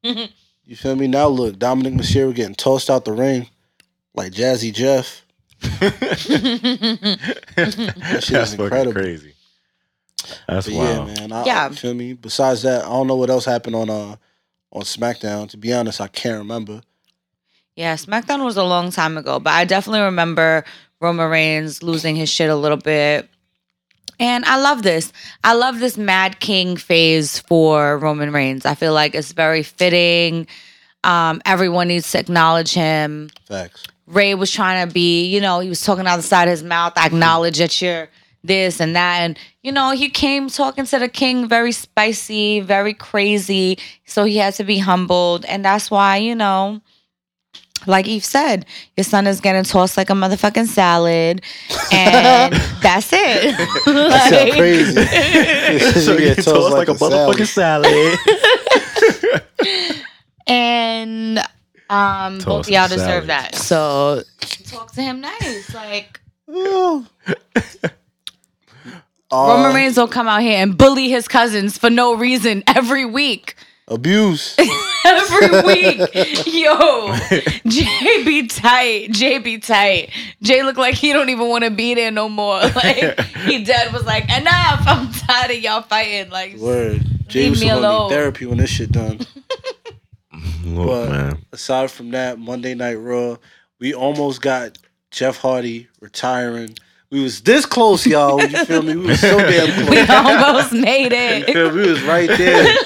D: You feel me? Now look, Dominic Mysterio getting tossed out the ring like Jazzy Jeff. That
F: that's
D: shit is
F: fucking
D: incredible.
F: crazy. That's
D: But
F: wild.
D: yeah, man. I,
J: Yeah.
D: You feel me? Besides that, I don't know what else happened on uh on SmackDown. To be honest, I can't remember.
J: Yeah, SmackDown was a long time ago, but I definitely remember Roman Reigns losing his shit a little bit. And I love this. I love this Mad King phase for Roman Reigns. I feel like it's very fitting. Um, everyone needs to acknowledge him.
D: Facts.
J: Ray was trying to be, you know, he was talking out the side of his mouth. I acknowledge that you're this and that. And, you know, he came talking to the king very spicy, very crazy. So he had to be humbled. And that's why, you know, like Eve said, your son is getting tossed like a motherfucking salad. And that's it.
D: That's
J: Like-
D: crazy.
F: so
D: You
F: you
D: get
F: get tossed like, a
D: salad.
F: motherfucking salad.
J: And um, both
F: Tossed
J: of y'all
F: salad.
J: deserve that. So talk to him nice. Like,
D: Uh,
J: Roman Reigns will come out here and bully his cousins for no reason every week.
D: Abuse.
J: Every week. Yo. Jay be tight. Jay be tight. Jay look like he don't even want to be there no more. Like he dead was like, enough. I'm tired of y'all fighting. Like
D: Word. James
J: me
D: is gonna
J: alone.
D: need therapy when this shit done.
F: Look,
D: But
F: man.
D: aside from that, Monday Night Raw, we almost got Jeff Hardy retiring. We was this close, y'all. You feel me? We was so damn close.
J: we almost made
D: You
J: it.
D: feel me? We was right there.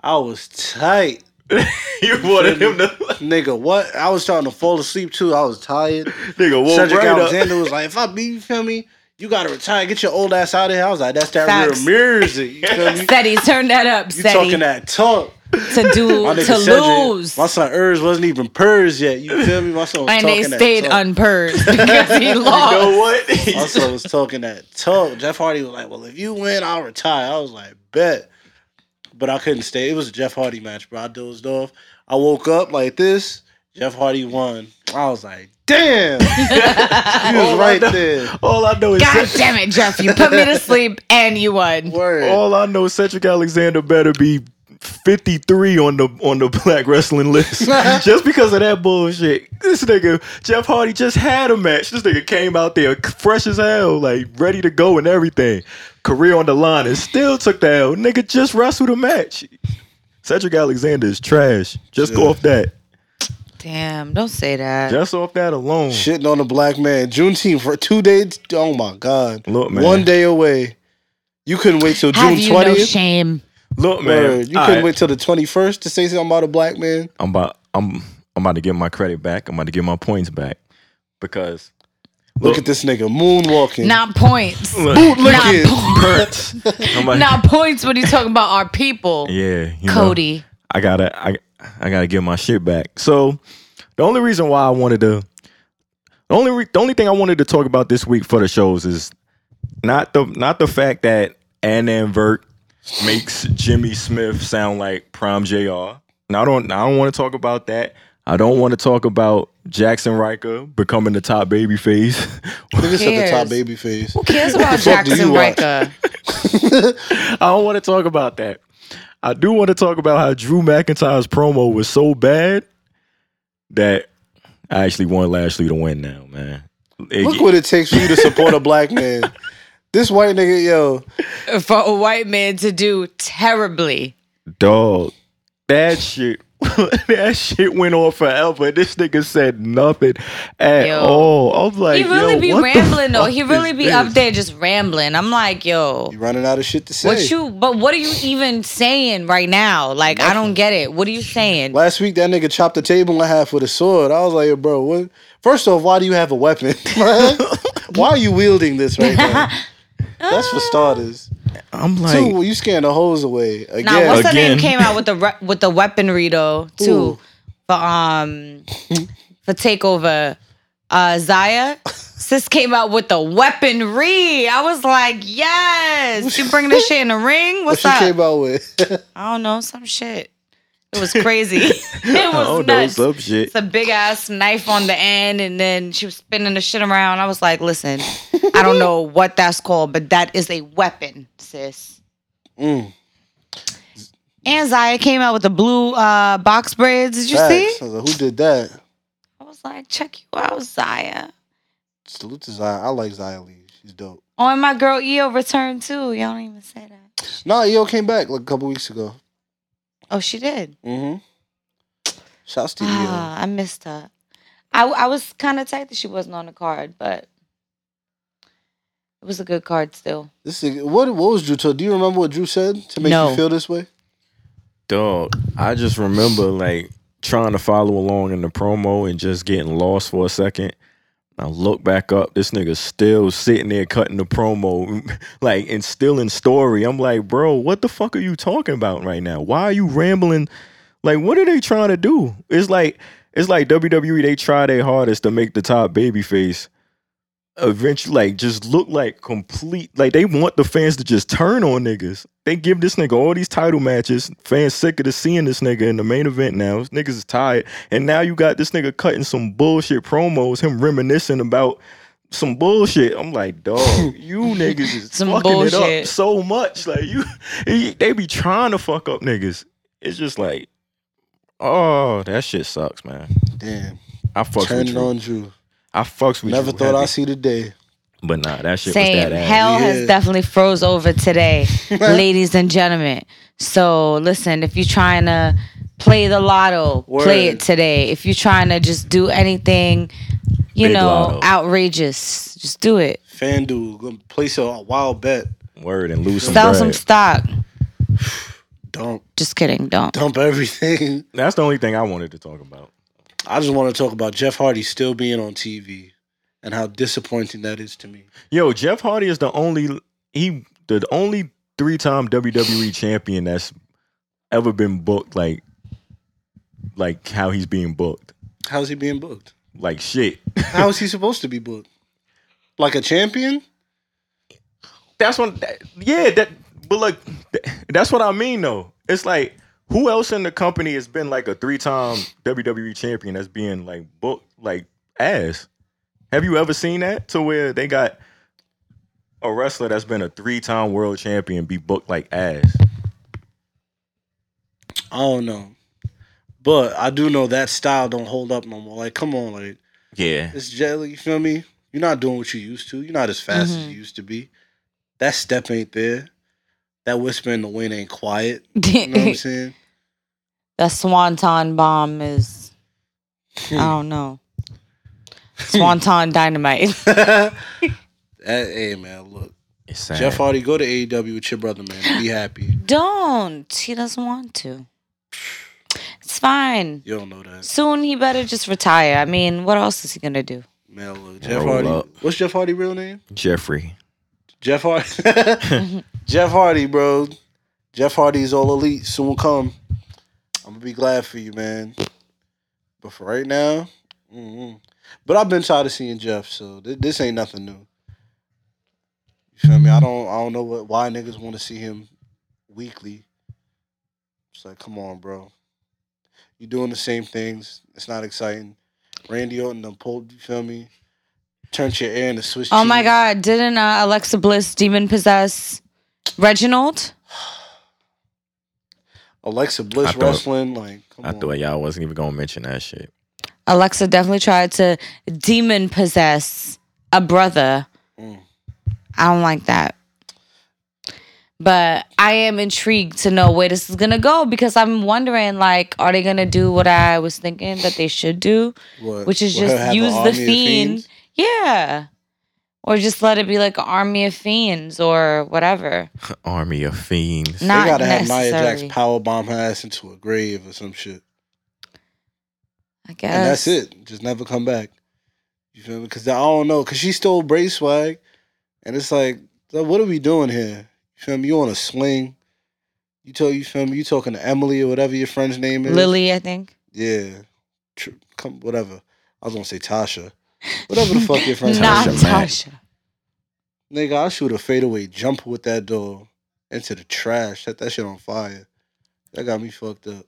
D: I was tight.
F: You wanted him to
D: Nigga, what? I was starting to fall asleep too. I was tired.
F: nigga woke
D: Cedric
F: right up.
D: Alexander was like, if I beat you, feel me? You gotta retire. Get your old ass out of here. I was like, that's that
J: Facts.
D: real music. You feel me?
J: Steady, turn that up,
D: You
J: Steady.
D: talking that talk.
J: to do
D: My nigga
J: to
D: Cedric,
J: lose.
D: My son Urs wasn't even purrs yet. You feel me? My son was
J: And they
D: talking that
J: stayed
D: talk.
J: unpurged because he lost.
D: You know what? my son was talking that talk. Jeff Hardy was like, "Well, if you win, I'll retire." I was like, "Bet," but I couldn't stay. It was a Jeff Hardy match, bro. I dozed off. I woke up like this. Jeff Hardy won. I was like, "Damn!" he was right there.
F: All I know is
J: God
F: Cedric,
J: damn it, Jeff! You put me to sleep and you won.
D: Word.
F: all I know is Cedric Alexander better be 53 on the on the black wrestling list just because of that bullshit. This nigga Jeff Hardy just had a match. This nigga came out there fresh as hell, like ready to go and everything. Career on the line and still took the L. Nigga just wrestled a match. Cedric Alexander is trash. Just go off that.
J: Damn! Don't say that.
F: Just off that alone.
D: Shitting on a black man. Juneteenth for two days. Oh my God.
F: Look, man.
D: One day away. You couldn't wait till
J: Have
D: June
J: you no
D: twentieth.
J: shame?
F: Look, man.
D: you
F: all
D: couldn't
F: right.
D: wait till the twenty first to say something about a black man.
F: I'm about I'm I'm about to get my credit back. I'm about to get my points back because
D: Look, at this nigga moonwalking.
J: Not points.
F: look,
J: Not,
D: Bootlicking.
J: po-
F: Kurtz. I'm like,
J: not points when you talking about our people.
F: yeah, you know,
J: Cody.
F: I gotta I I gotta get my shit back. So the only reason why I wanted to the only re, the only thing I wanted to talk about this week for the shows is not the not the fact that Ann Vert makes Jimmy Smith sound like Prime Jr. And I don't I don't want to talk about that. I don't want to talk about Jackson Riker becoming the top baby face.
D: Nigga said the top
J: cares?
D: baby face.
J: Who cares about
D: fuck do
J: Jackson
D: you watch?
J: Riker?
F: I don't want to talk about that. I do want to talk about how Drew McIntyre's promo was so bad that I actually want Lashley to win now, man. It-
D: Look what it takes for you to support a black man. This white nigga, yo,
J: For a white man to do terribly.
F: dog. That shit. that shit went on forever. This nigga said nothing at
J: Yo.
F: all. I'm like,
J: he really
F: yo,
J: be
F: what the
J: rambling though.
F: fuck
J: He really
F: is
J: be
F: this?
J: up there just rambling. I'm like, yo,
D: you running out of shit to say.
J: what you? But what are you even saying right now? Like, I don't get it. What are you saying?
D: Last week, that nigga chopped the table in half with a sword. I was like, yo, bro, what? First off, why do you have a weapon? why are you wielding this right now? That's for starters.
F: I'm like,
D: Two, you scaring the hoes away again.
J: Now, what's her
F: Again.
J: name came out with the re- with the weaponry though too
D: Ooh.
J: for um for takeover. Uh, Zaya sis came out with the weaponry. I was like, yes, you bringing this shit in the ring.
D: what
J: What's
D: she
J: up?
D: came out with?
J: I don't know, some shit. It was crazy. it
F: I
J: was
F: don't know,
J: nuts.
F: some shit.
J: It's a big ass knife on the end, and then she was spinning the shit around. I was like, listen, I don't know what that's called, but that is a weapon, sis.
D: Mm.
J: And Zaya came out with the blue uh, box braids. Did you
D: Facts.
J: see?
D: I was like, who did that?
J: I was like, check you out, Zaya.
D: Salute to Zion. I like Zion Lee. She's dope.
J: Oh, and my girl EO returned too. Y'all don't even say that.
D: Nah, EO came back like a couple weeks ago.
J: Oh, she did.
D: Mm-hmm. Shouts to EO.
J: Ah, I missed her. I, I was kind of tight that she wasn't on the card, but it was a good card still.
D: This is, what what was Drew told? Do you remember what Drew said to make
J: No.
D: you feel this way?
F: Dog, I just remember like trying to follow along in the promo and just getting lost for a second. I look back up, this nigga's still sitting there cutting the promo, like and still in story. I'm like, bro, what the fuck are you talking about right now? Why are you rambling? Like, what are they trying to do? It's like it's like WWE, they try their hardest to make the top babyface eventually like just look like complete like they want the fans to just turn on niggas. They give this nigga all these title matches. Fans sick of the seeing this nigga in the main event now. This niggas is tired. And now you got this nigga cutting some bullshit promos, him reminiscing about some bullshit. I'm like, dog, you niggas is
J: Some
F: fucking it up
J: bullshit.
F: so much. Like you they be trying to fuck up niggas. It's just like, oh, that shit sucks, man.
D: Damn.
F: I fucks with
D: Turning
F: you.
D: on Drew.
F: I fucks with
D: Never
F: you
D: thought
F: heavy.
D: I'd see the day.
F: But nah, that shit was
J: Same.
F: that ass.
J: Hell
D: Yeah.
J: has definitely froze over today, ladies and gentlemen. So listen, if you're trying to play the lotto, play
D: Word.
J: it today. If you're trying to just do anything, you
F: Big
J: know,
F: lotto.
J: outrageous, just do it.
D: FanDuel, gonna place a wild bet.
F: Word and lose some
J: Sell
F: bread.
J: some stock.
D: Dump.
J: Just kidding. Don't.
D: Dump everything.
F: That's the only thing I wanted to talk about.
D: I just want to talk about Jeff Hardy still being on TV and how disappointing that is to me.
F: Yo, Jeff Hardy is the only he the only three time WWE E champion that's ever been booked like like how he's being booked.
D: How's he being booked?
F: Like shit.
D: How is he supposed to be booked? Like a champion?
F: That's what. that- yeah, that. But like, th- that's what I mean though. It's like who else in the company has been like a three-time WWE champion that's being like booked like ass? Have you ever seen that to where they got a wrestler that's been a three-time world champion be booked like ass?
D: I don't know. But I do know that style don't hold up no more. Like, come on, like
F: Yeah,
D: it's jelly, you feel me? You're not doing what you used to. You're not as fast as you used to be. That step ain't there. That whisper in the wind ain't quiet. You know what I'm saying?
J: That swanton bomb is. I don't know. Swanton dynamite.
D: that, hey man, look.
F: It's sad.
D: Jeff Hardy, go to AEW with your brother, man. Be happy.
J: Don't. He doesn't want to. It's fine.
D: You don't know that.
J: Soon he better just retire. I mean, what else is he gonna do?
D: Man, look. Jeff
F: Roll
D: Hardy.
F: up.
D: What's Jeff Hardy real name?
F: Jeffrey.
D: Jeff Hardy. Jeff Hardy, bro. Jeff Hardy's all elite. Soon will come. I'm gonna be glad for you, man. But for right now, mm-mm. but I've been tired of seeing Jeff, so th- this ain't nothing new. You feel me? I don't. I don't know what why niggas want to see him weekly. It's like, come on, bro. You doing the same things. It's not exciting. Randy Orton done pulled. You feel me? Turned your air into Swiss.
J: Oh my
D: cheese.
J: God! Didn't uh, Alexa Bliss demon possess Reginald?
D: Alexa Bliss
F: I thought-
D: wrestling, like come
F: I
D: on.
F: thought y'all wasn't even gonna mention that shit.
J: Alexa definitely tried to demon possess a brother.
D: Mm.
J: I don't like that. But I am intrigued to know where this is gonna go because I'm wondering, like, are they gonna do what I was thinking that they should do,
D: What,
J: which is
D: let her have an
J: just use
D: army
J: the
D: of
J: fiend,
D: fiends?
J: yeah, or just let it be like an army of fiends or whatever.
F: Army of fiends.
J: Not
D: they gotta have Nia Jax
J: necessary.
D: power bomb her ass into a grave or some shit,
J: I guess
D: and that's it. Just never come back. You feel me? Because I don't know. Because she stole Bray swag, and it's like, so what are we doing here? You feel me? You on a swing? You tell you feel me? You talking to Emily or whatever your friend's name is?
J: Lily, I think.
D: Yeah. Tr- come whatever. I was gonna say Tasha. Whatever the fuck your friend's
J: Not
D: name is.
J: Tasha.
D: Nigga, I'll shoot a fadeaway jumper with that door into the trash. Set that shit on fire. That got me fucked up.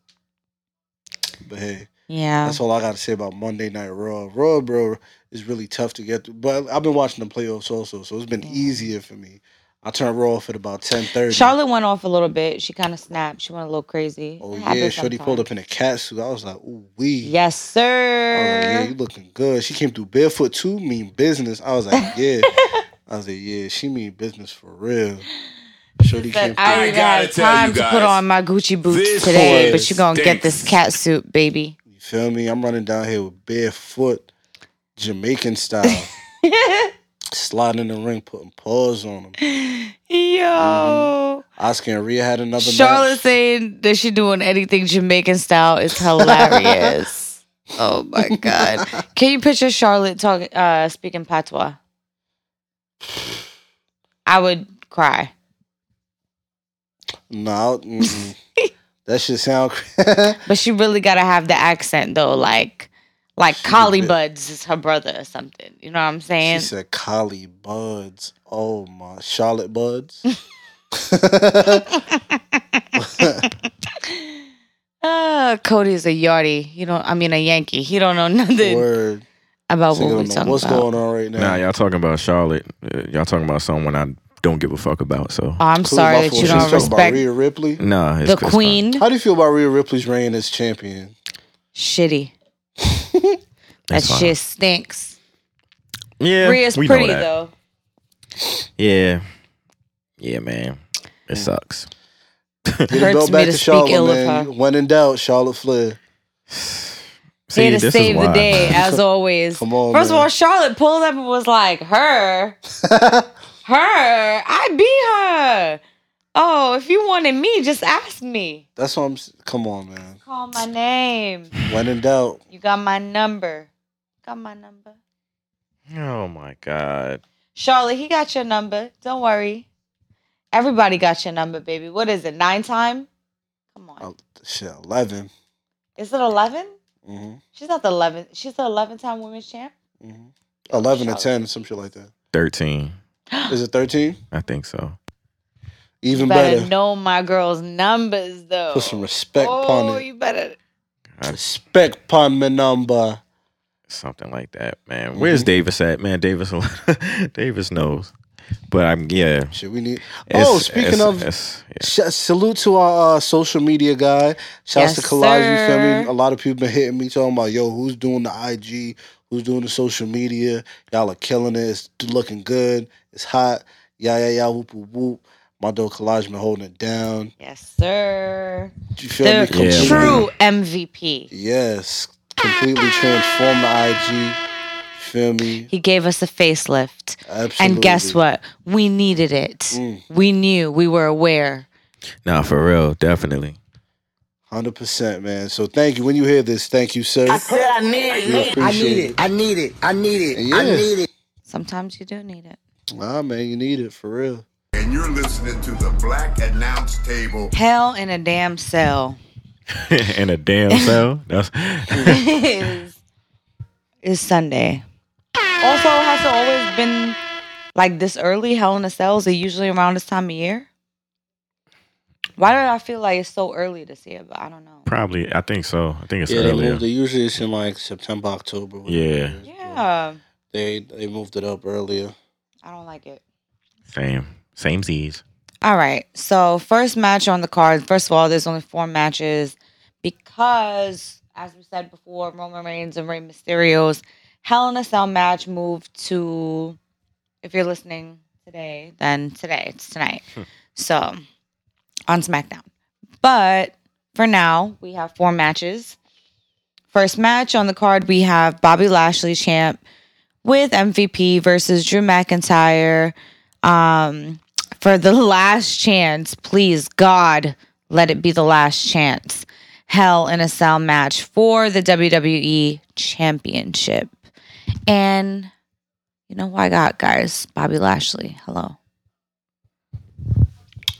D: But hey,
J: Yeah.
D: that's all I gotta say about Monday Night Raw. Raw, bro, is really tough to get through. But I've been watching the playoffs also, so it's been easier for me. I turned Raw off at about ten thirty.
J: Charlotte went off a little bit. She kind of snapped. She went a little crazy.
D: Oh
J: It
D: yeah,
J: happens
D: Shorty
J: sometimes.
D: pulled up in a cat suit. I was like, ooh wee.
J: Yes,
D: I was like, Oh, yeah,
J: sir.
D: you looking good. She came through barefoot too, mean business. I was like, yeah. I was like, yeah, she mean business for real. Shorty came
J: Said,
D: through.
J: I
G: I
J: didn't
G: gotta
J: have
G: tell you
J: time to put
G: guys,
J: on my Gucci boots
G: this
J: today,
G: one
J: but you're gonna get this
G: stinks.
J: cat suit, baby.
D: You feel me? I'm running down here with barefoot, Jamaican style, sliding in the ring, putting paws on them.
J: Yo.
D: Oscar and Rhea had another
J: Charlotte
D: match.
J: saying that she doing anything Jamaican style is hilarious. oh my god. Can you picture Charlotte talking uh speaking patois? I would cry.
D: No, mm-mm. that should sound. cra-
J: But she really gotta have the accent though, like like Collie Buds is her brother or something. You know what I'm
D: she
J: saying?
D: said, "Collie buds." Oh my, Charlotte buds. That's
J: Uh, Cody's a yardie. You know, I mean a Yankee. He don't know nothing
D: word.
J: about
D: Nigga
J: what we
D: don't know
J: talking
D: what's
J: about.
D: going on right now?
F: Nah, y'all talking about Charlotte. Uh, Y'all talking about someone I don't give a fuck about. So
J: Oh, I'm
D: Cool,
J: sorry
D: my
J: that
D: fault.
J: you
D: She
J: don't
D: was talking about
J: respect
D: Rhea Ripley.
F: nah, it's
J: the
F: it's fine.
J: queen.
D: How do you feel about Rhea Ripley's reign as champion?
J: Shitty. that
F: It's fine.
J: shit stinks.
F: Yeah,
J: Rhea's
F: we know
J: pretty
F: that.
J: though.
F: Yeah, yeah, man, it sucks.
D: Get the
J: Hurts
D: belt
J: me
D: back
J: to
D: to
J: speak
D: Charlotte,
J: ill of
D: man.
J: her.
D: When in doubt, Charlotte Flair.
F: See,
J: Here
F: this
J: to
F: is
J: save
F: why,
J: the day,
F: man.
J: as always.
D: Come on,
J: First of
D: man.
J: all, Charlotte pulled up and was like, her, her, I be her. Oh, if you wanted me, just ask me.
D: That's what I'm. s- Come on, man.
J: Call my name.
D: When in doubt,
J: You got my number. Got my number.
F: Oh my god.
J: Charlotte, he got your number. Don't worry. Everybody got your number, baby. What is it? Nine time? Come on.
D: Uh, shit, 11.
J: Is it 11?
D: hmm
J: She's not the 11. She's the 11 time women's champ.
D: hmm
J: Oh,
D: 11 or 10, some shit like that.
F: 13.
D: Is it 13?
F: I think so.
D: Even
J: you better,
D: better.
J: know my girl's numbers though.
D: Put some respect
J: oh,
D: on it.
J: you better.
D: Respect upon my number.
F: Something like that,
J: Mm-hmm.
F: man. Where's Davis at? Man, Davis Davis knows. But I'm yeah.
D: Shit, we need.
F: It's-
D: oh, speaking
F: it's-
D: of,
F: it's-
D: sh- salute to our uh, social media guy. Shouts
J: Yes,
D: to Collage. You feel me?
J: sir.
D: A lot of people been hitting me talking about, yo, who's doing the IG? Who's doing the social media? Y'all are killing it. It's looking good. It's hot. Yeah, yeah, yeah. Whoop, whoop, whoop. My dog Collage been holding it down.
J: Yes, sir.
D: You feel
J: The
D: me? Completely-
J: true MVP.
D: Yes. Completely transformed the IG. You feel me?
J: He gave us a facelift.
D: Absolutely.
J: And guess what? We needed it.
D: Mm.
J: We knew. We were aware.
F: Nah, for real, definitely.
D: Hundred percent, man. So thank you. When you hear this, thank you, sir.
K: I need
D: We appreciate it.
K: I need it. I need it.
D: Yeah.
J: Sometimes you do need it.
D: Nah, man, you need it for real.
B: And you're listening to the Black Announce Table.
J: Hell in a damn cell
F: In a damn cell. That's
J: is, is Sunday. Also, has it always been like this early? Hell in a cell is it usually around this time of year? Why did I feel like it's so early this year? But I don't know.
F: probably I think so. I think it's
D: yeah, they
F: earlier.
D: moved it. Usually it's in like September, October. whatever
F: Yeah.
D: it is, but
J: Yeah,
D: They they moved it up earlier.
J: I don't like it.
F: Same. Same Z's.
J: All right. So first match on the card. First of all, there's only four matches because, as we said before, Roman Reigns and Rey Mysterio's Hell in a Cell match moved to. If you're listening today, then today it's tonight. So on SmackDown, but for now we have four matches. First match on the card, we have Bobby Lashley champ with MVP versus Drew McIntyre. Um, for the last chance, please, God, let it be the last chance. Hell in a Cell match for the WWE Championship. And you know what I got, guys? Bobby Lashley. Hello.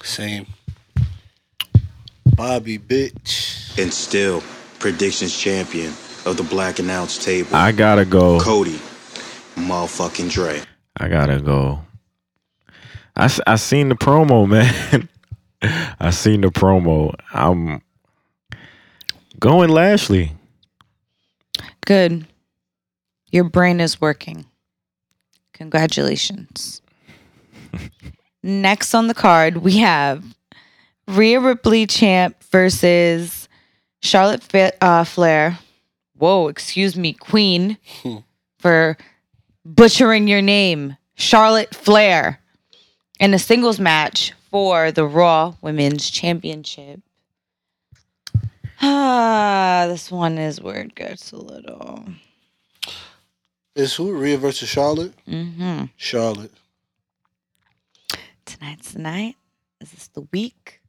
D: Same. Bobby bitch.
L: and still predictions champion of the black announce table.
F: I gotta go.
L: Cody, motherfucking Dre.
F: I gotta go. I, s- I seen the promo, man. I seen the promo. I'm going Lashley.
J: Good. Your brain is working. Congratulations. Next on the card, we have Rhea Ripley champ versus Charlotte Fa- uh, Flair. Whoa, excuse me, Queen, for butchering your name, Charlotte Flair, in a singles match for the Raw Women's Championship. Ah, this one is where it gets a little.
D: Is who Rhea versus Charlotte?
J: Mm-hmm.
D: Charlotte.
J: Tonight's the night. Is this the week?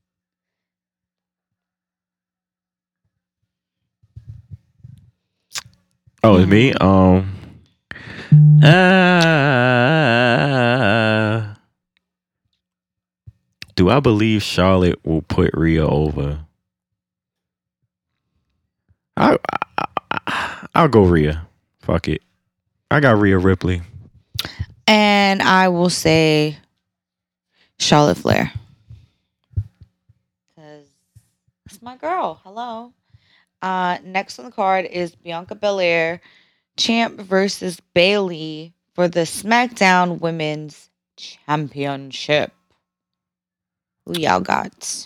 F: Oh,
D: Hmm.
F: it's me. Um. Uh, do I believe Charlotte will put Rhea over? I, I, I I'll go Rhea. Fuck it. I got Rhea Ripley.
J: And I will say Charlotte Flair. Because it's my girl. Hello. Uh, next on the card is Bianca Belair, champ versus Bailey for the SmackDown Women's Championship. Who y'all got?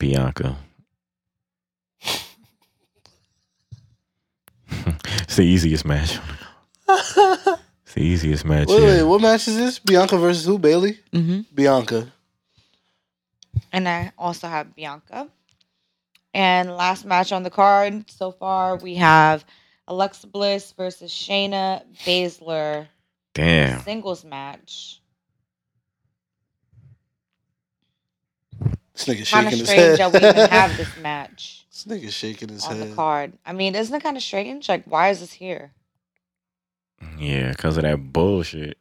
F: Bianca. it's the easiest match. it's the easiest match.
D: Wait,
F: yeah.
D: wait, what match is this? Bianca versus who? Bailey?
J: Mm-hmm.
D: Bianca.
J: And I also have Bianca. And last match on the card so far, we have Alexa Bliss versus Shayna Baszler
F: Damn.
J: singles match.
D: This nigga
J: Kind of
D: shaking his
J: strange
D: head.
J: that we even have this match
D: this nigga shaking his
J: on the
D: head.
J: card. I mean, isn't it kind of strange? Like, why is this here?
F: Yeah, because of that bullshit.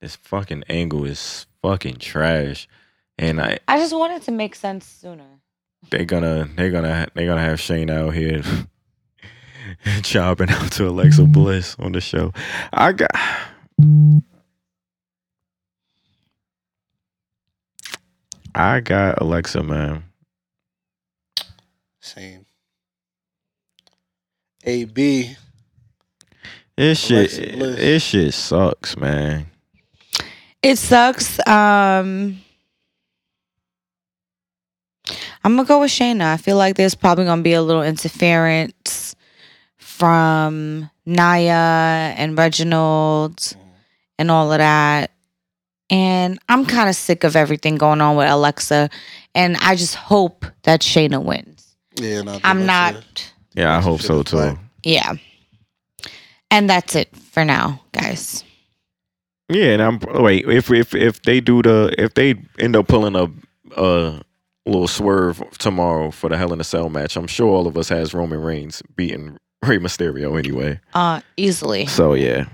F: This fucking angle is fucking trash. and I
J: I just wanted to make sense sooner.
F: they gonna they gonna they gonna have Shane out here chopping out to Alexa Bliss on the show. I got I got Alexa, man.
D: Same. AB.
F: This shit,
D: Alexa Bliss.
F: this shit sucks, man.
J: It sucks. Um I'm gonna go with Shayna. I feel like there's probably gonna be a little interference from Naya and Reginald and all of that. And I'm kind of sick of everything going on with Alexa. And I just hope that Shayna wins.
D: Yeah, no,
J: I'm not,
F: Yeah, I hope so too.
J: yeah. And that's it for now, guys.
F: Yeah, and I'm oh, wait if if if they do the if they end up pulling a a little swerve tomorrow for the Hell in a Cell match, I'm sure all of us has Roman Reigns beating Rey Mysterio anyway.
J: Uh, easily.
F: So yeah,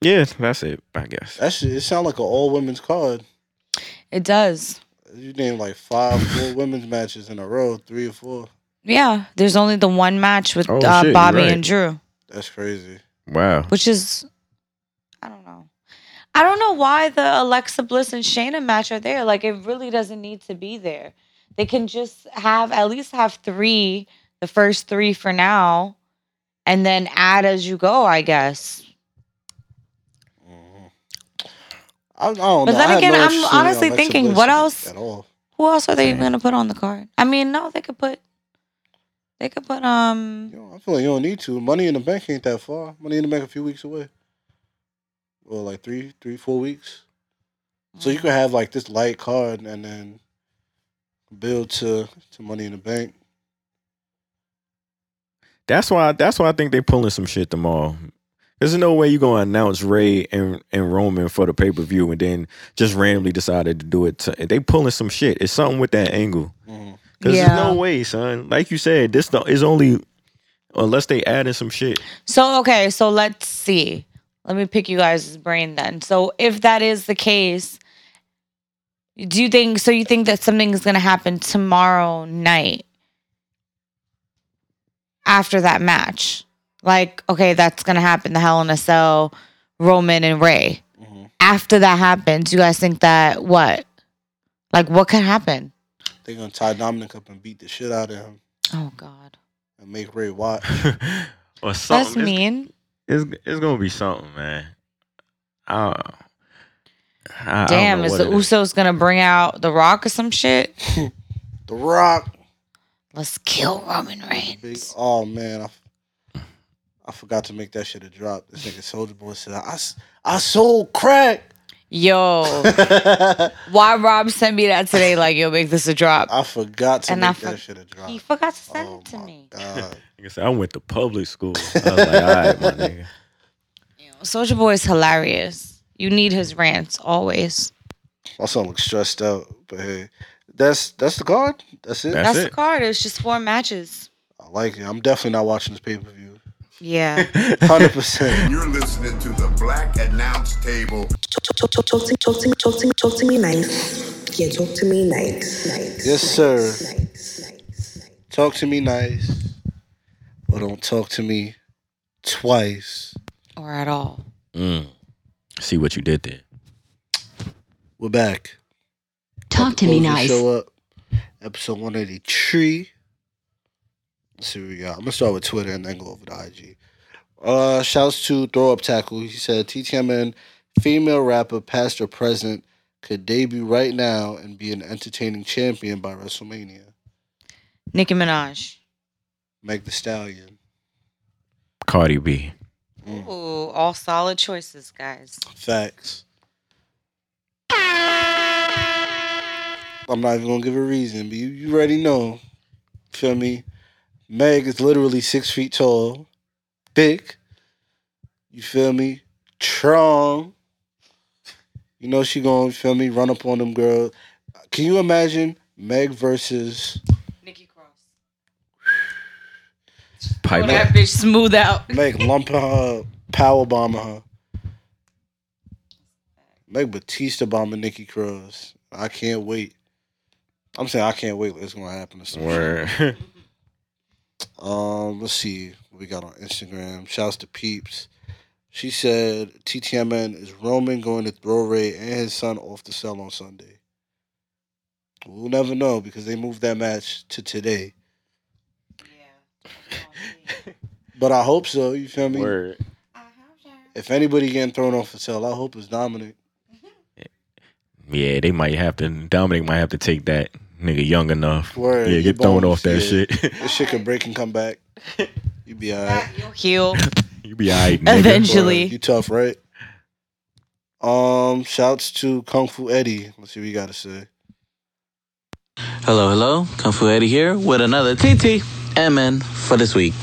F: yeah, that's it. I guess
D: That shit, it sounds like an all women's card.
J: It does.
D: You named like five full women's matches in a row, three or four.
J: Yeah, there's only the one match with
D: Oh,
J: uh,
D: shit, you're
J: Bobby
D: right.
J: and Drew,
D: That's crazy.
F: wow.
J: which is I don't know. I don't know why the Alexa Bliss and Shayna match are there. Like it really doesn't need to be there. They can just have at least have 3, the first 3 for now, and then add as you go, I guess.
D: I, I don't know.
J: But then
D: I had
J: again,
D: no
J: I'm
D: interest in
J: honestly
D: Alexa
J: thinking,
D: Bliss
J: what else?
D: At all.
J: Who else are they going to put on the card? I mean, no, they could put they could put um
D: I feel like you don't need to. Money in the bank ain't that far. Money in the bank a few weeks away. Well, like three, three, four weeks. So
J: Mm-hmm.
D: you could have like this light card and then build to to money in the bank.
F: that's why that's why I think they pulling some shit tomorrow. There's no way you're gonna announce Ray and, and Roman for the pay per view and then just randomly decided to do it. To, they pulling some shit. It's something with that angle. Cause
J: Yeah.
F: there's no way, son. Like you said, this the- is only unless they add in some shit.
J: So okay, so let's see. Let me pick you guys' brain then. So if that is the case, do you think so you think that something is gonna happen tomorrow night after that match? Like, okay, that's gonna happen, the Hell in a Cell, Roman and Ray.
F: Mm-hmm.
J: After that happens, you guys think that what? Like what could happen?
D: They're gonna tie Dominic up and beat the shit out of him
J: Oh god.
D: and make Ray watch.
F: Or
J: That's
F: something. It's-
J: mean.
F: It's, it's, gonna be something, man. I, I, I don't
J: Damn,
F: know
J: is
F: what
J: the
F: it is.
J: Usos gonna bring out the rock or some shit?
D: the Rock.
J: Let's kill Roman Reigns.
D: Big, oh man, I, f- I forgot to make that shit a drop. This nigga Soldier Boy said, "I s- I sold crack."
J: Yo, why Rob sent me that today? Like, yo, make this a drop.
D: I forgot to
J: And I
D: make
J: for-
D: that shit a drop. Oh
J: He forgot to send it to me.
D: God.
F: Like I, said, I went to public school. I was like, all right, my nigga.
J: Soldier Boy is hilarious. You need his rants always.
D: My son looks stressed out, but hey, that's that's the card. That's it.
J: That's, the card. It's just four matches.
D: I like it. I'm definitely not watching this pay per view.
J: Yeah.
D: Hundred percent.
B: You're listening to the Black Announce Table.
M: Talk, talk, talk, to- talk, to- talk, to- talk to me nice. Yeah, talk to me nice. nice.
D: Yes, sir. Talk to me nice, but don't talk to me twice.
J: or at all.
F: Mm. See what you did there.
D: We're back.
N: Talk to me
D: Closing
N: nice.
D: Show up. Episode 183. Let's see what we got. I'm gonna start with Twitter and then go over to IG. Uh shouts to Throw Up Tackle. He said TTMN female rapper, past or present, could debut right now and be an entertaining champion by WrestleMania.
J: Nicki Minaj.
D: Meg the Stallion.
F: Cardi B.
D: Mm.
J: Ooh, all solid choices, guys.
D: Facts. I'm not even gonna give a reason, but you, you already know. Feel me? Meg is literally six feet tall, thick. You feel me? Strong. You know she gonna feel me run up on them girls. Can you imagine Meg versus
F: Pipe
J: that bitch smooth out?
D: Meg lumping her, up, power bombing her. Meg Batista bombing Nikki Cross. I can't wait. I'm saying I can't wait. It's gonna happen. Or some
C: Word.
D: shit. um, let's see what we got on Instagram. Shouts to Peeps. She said TTMN is Roman going to throw Ray and his son off the cell on Sunday. We'll never know because they moved that match to today. But I hope so. You feel me?
F: Word.
D: If anybody getting thrown off the cell, I hope it's Dominic.
F: Yeah, they might have to. Dominic might have to take that nigga young enough.
D: Word.
F: yeah,
D: your
F: get thrown
D: bones,
F: off that
D: yeah.
F: shit.
D: this shit could break and come back. You be alright.
J: Heal.
F: you be alright. nigga.
J: Eventually.
D: You tough, right? Um, shouts to Kung Fu Eddie. Let's see what you gotta say.
N: Hello, hello. Kung Fu Eddie here with another TT MN for this week.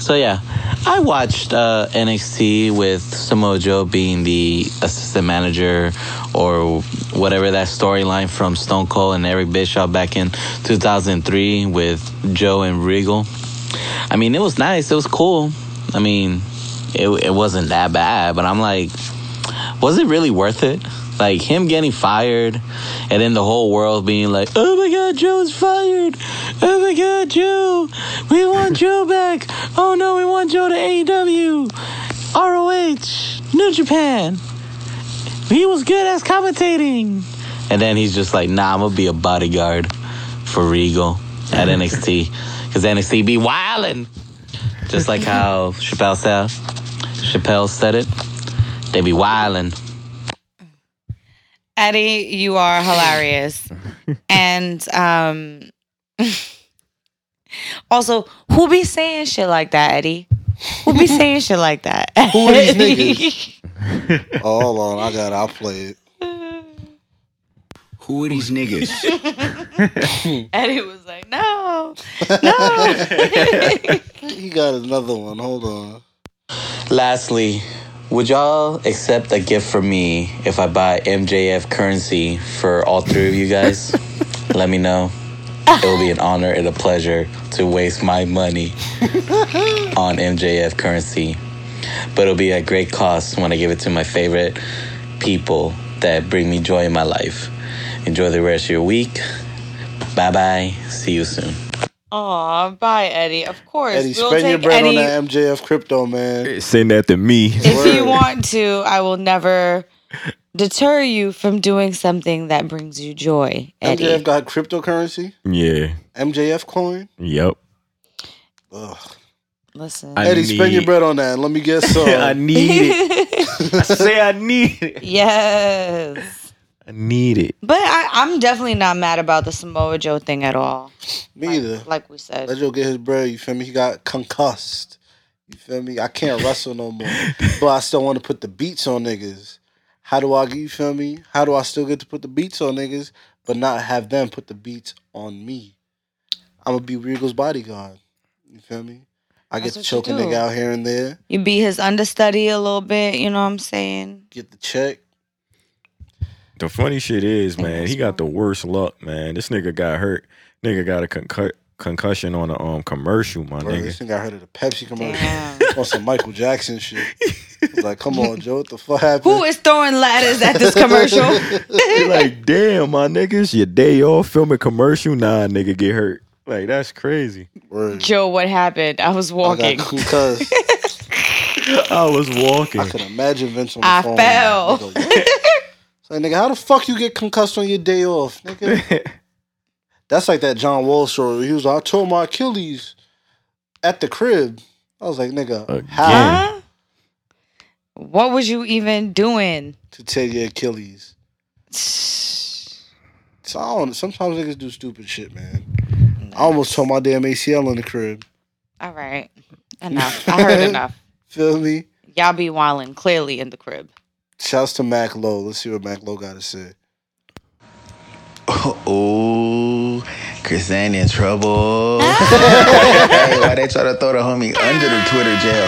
N: So, yeah, I watched uh, NXT with Samoa Joe being the assistant manager or whatever that storyline from Stone Cold and Eric Bischoff back in 2003 with Joe and Regal. I mean, it was nice, it was cool. I mean, it, it wasn't that bad, but I'm like, was it really worth it? Like him getting fired, and then the whole world being like, "Oh my God, Joe's fired! Oh my God, Joe! We want Joe back! Oh no, we want Joe to E AEW, ROH, New Japan. He was good as commentating." And then he's just like, "Nah, I'm gonna be a bodyguard for Regal at NXT, because NXT be wildin'." Just like how Chappelle said, Chappelle said it, they be wildin'.
J: Eddie, you are hilarious. and um also, who be saying shit like that, Eddie? Who be saying shit like that?
D: Who are these niggas? oh, hold on, I got. it. I'll play it.
L: Who are these niggas?
J: Eddie was like, no, no.
D: he got another one. Hold on.
N: Lastly, would y'all accept a gift from me if I buy MJF currency for all three of you guys? Let me know. It'll be an honor and a pleasure to waste my money on MJF currency. But it'll be at great cost when I give it to my favorite people that bring me joy in my life. Enjoy the rest of your week. Bye bye. See you soon.
J: Aw, bye, Eddie. Of course.
D: Eddie,
J: we'll
D: spend your
J: take
D: bread
J: any-
D: on that MJF crypto, man.
F: Send that to me.
J: If you want to, I will never deter you from doing something that brings you joy, Eddie.
D: MJF got cryptocurrency.
F: Yeah.
D: MJF coin.
F: Yep.
D: Ugh.
J: Listen.
F: I
D: Eddie, spend your
F: need-
D: bread on that. Let me guess. some.
F: I need
J: it.
F: I say I need it.
J: Yes.
F: I need it.
J: But I, I'm definitely not mad about the Samoa Joe thing at all.
D: Me either.
J: Like we said.
D: Let Joe get his bread. You feel me? He got concussed. You feel me? I can't wrestle no more, but I still want to put the beats on niggas. How do I? You feel me? How do I still get to put the beats on niggas, but not have them put the beats on me? I'm gonna be Regal's bodyguard. You feel me? I get
J: That's
D: to
J: what
D: choke a
J: you do.
D: nigga out here and there.
J: You be his understudy a little bit, you know what I'm saying?
D: Get the check.
F: The funny shit is, man, he got the worst luck, man. This nigga got hurt. Nigga got a concu- concussion on a um commercial, my
D: Bro, this
F: nigga.
D: thing got heard of the Pepsi commercial on some Michael Jackson shit. It's like, come on, Joe, what the fuck happened?
J: Who is throwing ladders at this commercial?
F: He like, damn, my niggas, your day off filming commercial, nah, nigga get hurt. Like that's crazy.
J: Joe, what happened? I was
D: I
J: walking.
D: got concussed.
F: I was walking.
D: I could imagine Vince on the
J: I
D: phone.
J: fell.
D: Nigga, what? It's like, nigga, how the fuck you get concussed on your day off, nigga? That's like that John Wall story. He was like, I tore my Achilles at the crib. I was like, nigga, how
J: Huh? What was you even doing?
D: to tear your Achilles? So I don't, sometimes niggas do stupid shit, man. I almost tore my damn ACL in the crib.
J: All right. Enough. I heard enough.
D: Feel me?
J: Y'all be wildin' clearly in the crib.
D: Shouts to Mac Low. Let's see what Mac Low got to say.
L: Oh, Chris Ann in trouble. hey, why they try to throw the homie under the Twitter jail?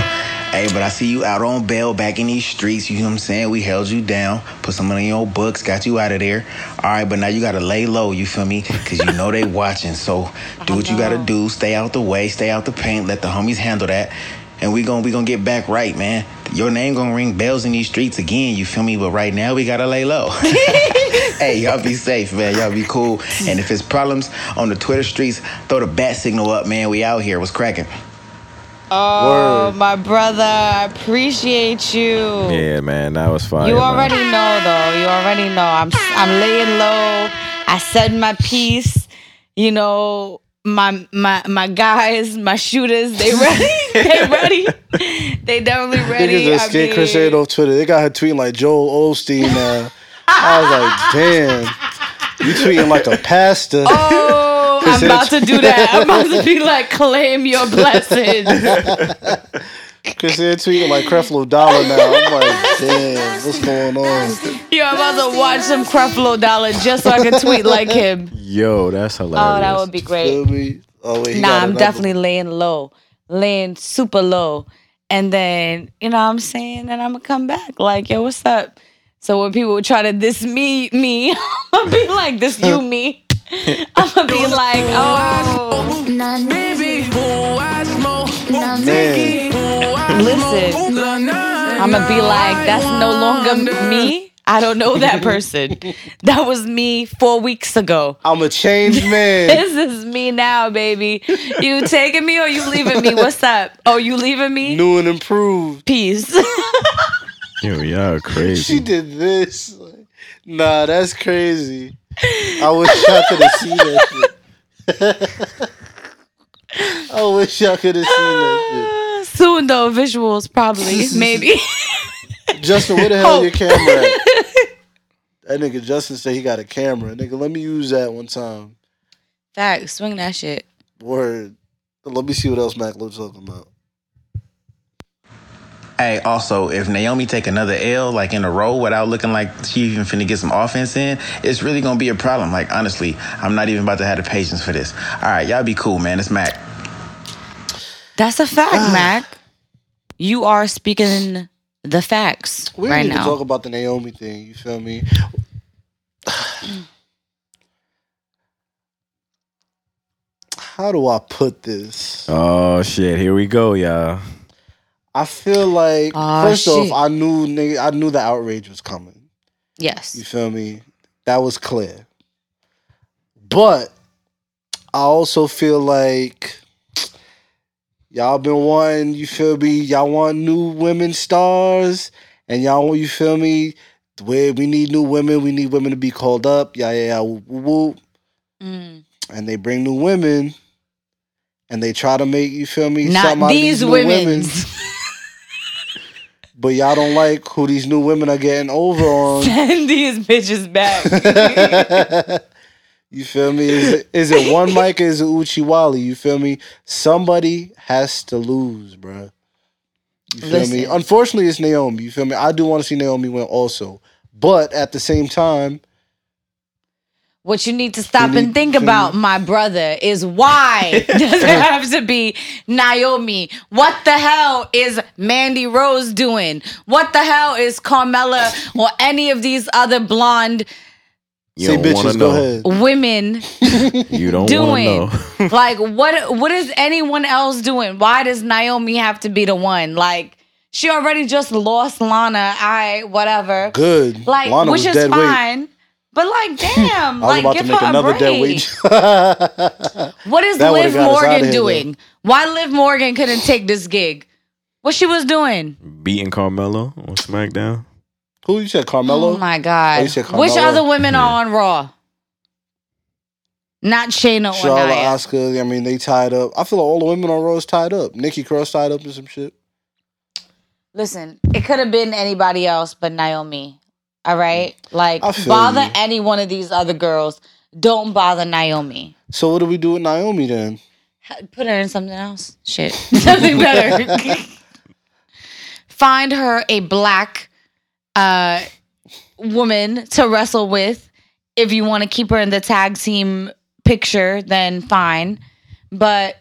L: Hey, but I see you out on bail back in these streets. You know what I'm saying? We held you down, put some money on your books, got you out of there. All right, but now you gotta lay low. You feel me? Cause you know they watching. So do what you gotta do. Stay out the way. Stay out the paint. Let the homies handle that. and we gonna we gonna get back right, man. Your name gonna ring bells in these streets again. You feel me? But right now we gotta lay low. hey, y'all be safe, man. Y'all be cool. And if it's problems on the Twitter streets, throw the bat signal up, man. We out here. What's cracking?
J: Oh, my brother, I appreciate you.
F: Yeah, man, that was fire.
J: you
F: Oh, man.
J: already know, though. You already know. I'm I'm laying low. I said my piece. You know, my my my guys, my shooters, they ready. they ready. They definitely ready.
D: Niggas a skate crusade on Twitter. They got her tweeting like Joel Osteen now. I was like, damn, you tweeting like a pastor.
J: Oh, I'm
D: Crusade
J: about to do
D: tweet-
J: that. I'm about to be like, claim your blessings.
D: Cause they're tweeting like Creflo Dollar now. I'm like, damn, what's going on?
J: Yo, I'm about to watch some Creflo Dollar just so I can tweet like him.
F: Yo, that's
J: Oh,
F: hilarious.
J: that would be great.
D: Feel me? Oh, wait, he
J: nah,
D: got
J: I'm
D: another-
J: definitely laying low, laying super low. And then, you know what I'm saying? And I'm going to come back like, yo, what's up? So when people try to diss me, me, I'm going to be like, this you, me. I'm going to be like, oh. Listen, I'm going to be like, that's no longer me. I don't know that person. that was me four weeks ago.
D: I'm a changed man.
J: This is me now, baby. You taking me or you leaving me? What's up? Oh, you leaving me?
D: New and improved.
J: Peace.
F: Yo, y'all
D: She
F: crazy.
D: did this. Nah, that's crazy. I wish y'all could have seen that shit. I wish y'all could have seen that
J: Soon though, visuals probably, maybe.
D: shit. Justin, where the hell
J: Hope.
D: your camera at? That nigga Justin said he got a camera. Nigga, let me use that one time.
J: Facts, swing that shit.
D: Word. Let me see what else Mac Low talking about.
L: Hey, also, if Naomi take another L like in a row without looking like she even finna get some offense in, it's really gonna be a problem. Like honestly, I'm not even about to have the patience for this. All right, y'all be cool, man. It's Mac.
J: That's a fact, Mac. You are speaking the facts
D: We
J: right
D: need to
J: now.
D: talk about the Naomi thing. You feel me? How do I put this?
F: Oh shit, here we go, y'all.
D: I feel like
J: Aw,
D: first
J: shit.
D: off, I knew nigga, I knew the outrage was coming. You
J: yes.
D: feel me? That was clear. But I also feel like y'all been wanting, you feel me? Y'all want new women stars, and y'all want, you feel me? Where we need new women, we need women to be called up. Yeah, yeah, yeah. Whoop, whoop, whoop.
J: Mm.
D: And they bring new women, and they try to make you feel me. something out
J: Not
D: of
J: these
D: new
J: women's.
D: but y'all don't like who these new women are getting over on.
J: Send these bitches back.
D: you feel me? Is it, is it one mic? Or is it Uchi Wally? You feel me? Somebody has to lose, bruh. You feel me?
J: Listen.
D: Unfortunately, it's Naomi. You feel me? I do want to see Naomi win also, but at the same time,
J: What you need to stop
D: need-
J: and think
D: we need-
J: about, my brother, is why does it have to be Naomi? What the hell is Mandy Rose doing? What the hell is Carmella or any of these other blonde
F: You
D: say
F: don't wanna
D: bitches,
F: know.
D: go ahead.
J: women
F: You don't want to
J: doing?
F: know.
J: like what what is anyone else doing? Why does Naomi have to be the one? Like she already just lost Lana. I whatever.
D: Good.
J: Like
D: Lana
J: which
D: was
J: is
D: dead weight.
J: fine. But like damn,
D: I was
J: like
D: about to
J: give
D: make
J: her
D: another
J: a break.
D: dead weight.
J: What is
D: That would've
J: Liv
D: got us outta
J: Morgan
D: here,
J: doing? Why Liv Morgan couldn't take this gig? What she was doing?
F: Beating Carmelo on SmackDown.
D: who you said,
J: Oh
D: Carmelo?
J: my God.
D: Oh, you said Carmella?
J: Which other women are on Raw? Not Shayna or
D: Charlotte,
J: Nia.
D: Oscar. I mean, they tied up. I feel like all the women on Raw is tied up. Nikki Cross tied up and some shit.
J: Listen, it could have been anybody else but Naomi. All right? Like,
D: Mm. I feel
J: bother
D: you.
J: any one of these other girls. Don't bother Naomi.
D: So what do we do with Naomi then?
J: Put her in something else. Shit. something better. Find her a black uh, woman to wrestle with. If you want to keep her in the tag team picture, then fine. But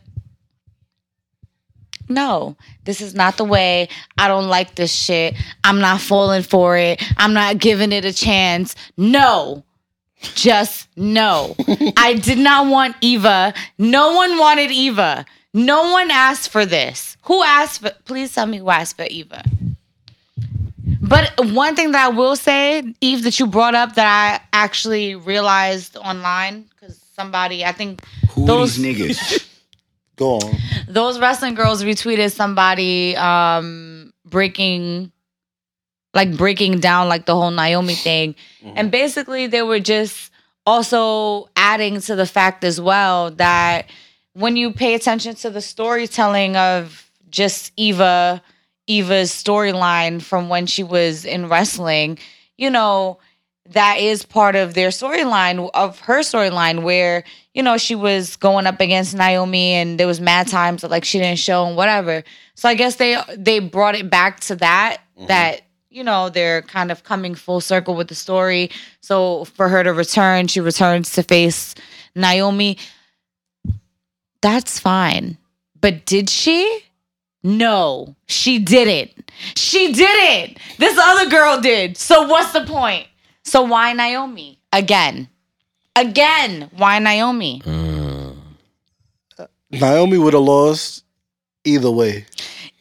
J: no, this is not the way. I don't like this shit. I'm not falling for it. I'm not giving it a chance. No. Just no. I did not want Eva. No one wanted Eva. No one asked for this. Who asked for? Please tell me who asked for Eva. But one thing that I will say, Eve, that you brought up that I actually realized online because somebody, I think
L: Who
J: those
L: these niggas?
D: Go on.
J: those wrestling girls retweeted somebody um breaking like breaking down like the whole Naomi thing. And basically they were just also adding to the fact as well that when you pay attention to the storytelling of just Eva Eva's storyline from when she was in wrestling, you know, that is part of their storyline of her storyline where you know she was going up against Naomi and there was mad times that like she didn't show and whatever. So I guess they they brought it back to that that you know they're kind of coming full circle with the story. So for her to return, she returns to face Naomi. That's fine. But did she? No, she didn't. She didn't. This other girl did. So what's the point? So why Naomi? Again. Again, why Naomi?
D: Mm. Naomi would have lost either way.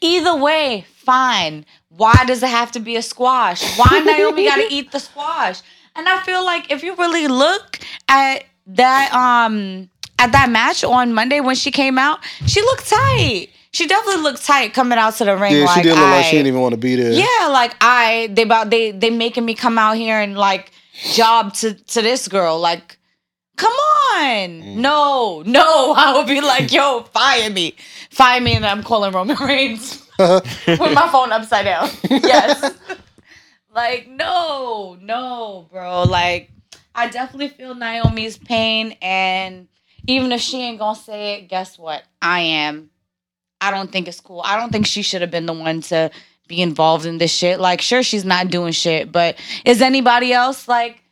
J: Either way, fine. Why does it have to be a squash? Why Naomi got to eat the squash? And I feel like if you really look at that um at that match on Monday when she came out, she looked tight. She definitely looked tight coming out to the ring.
D: yeah,
J: like,
D: she did look like
J: "Aight."
D: she didn't even want to be there.
J: Yeah, like I they about they they making me come out here and like job to to this girl. Like, come on, no, no, I would be like, yo, fire me, fire me, and I'm calling Roman Reigns with my phone upside down. yes, like no, no, bro, like I definitely feel Naomi's pain, and even if she ain't gonna say it, guess what? I am. I don't think it's cool. I don't think she should have been the one to be involved in this shit. Like, sure, she's not doing shit, but is anybody else like?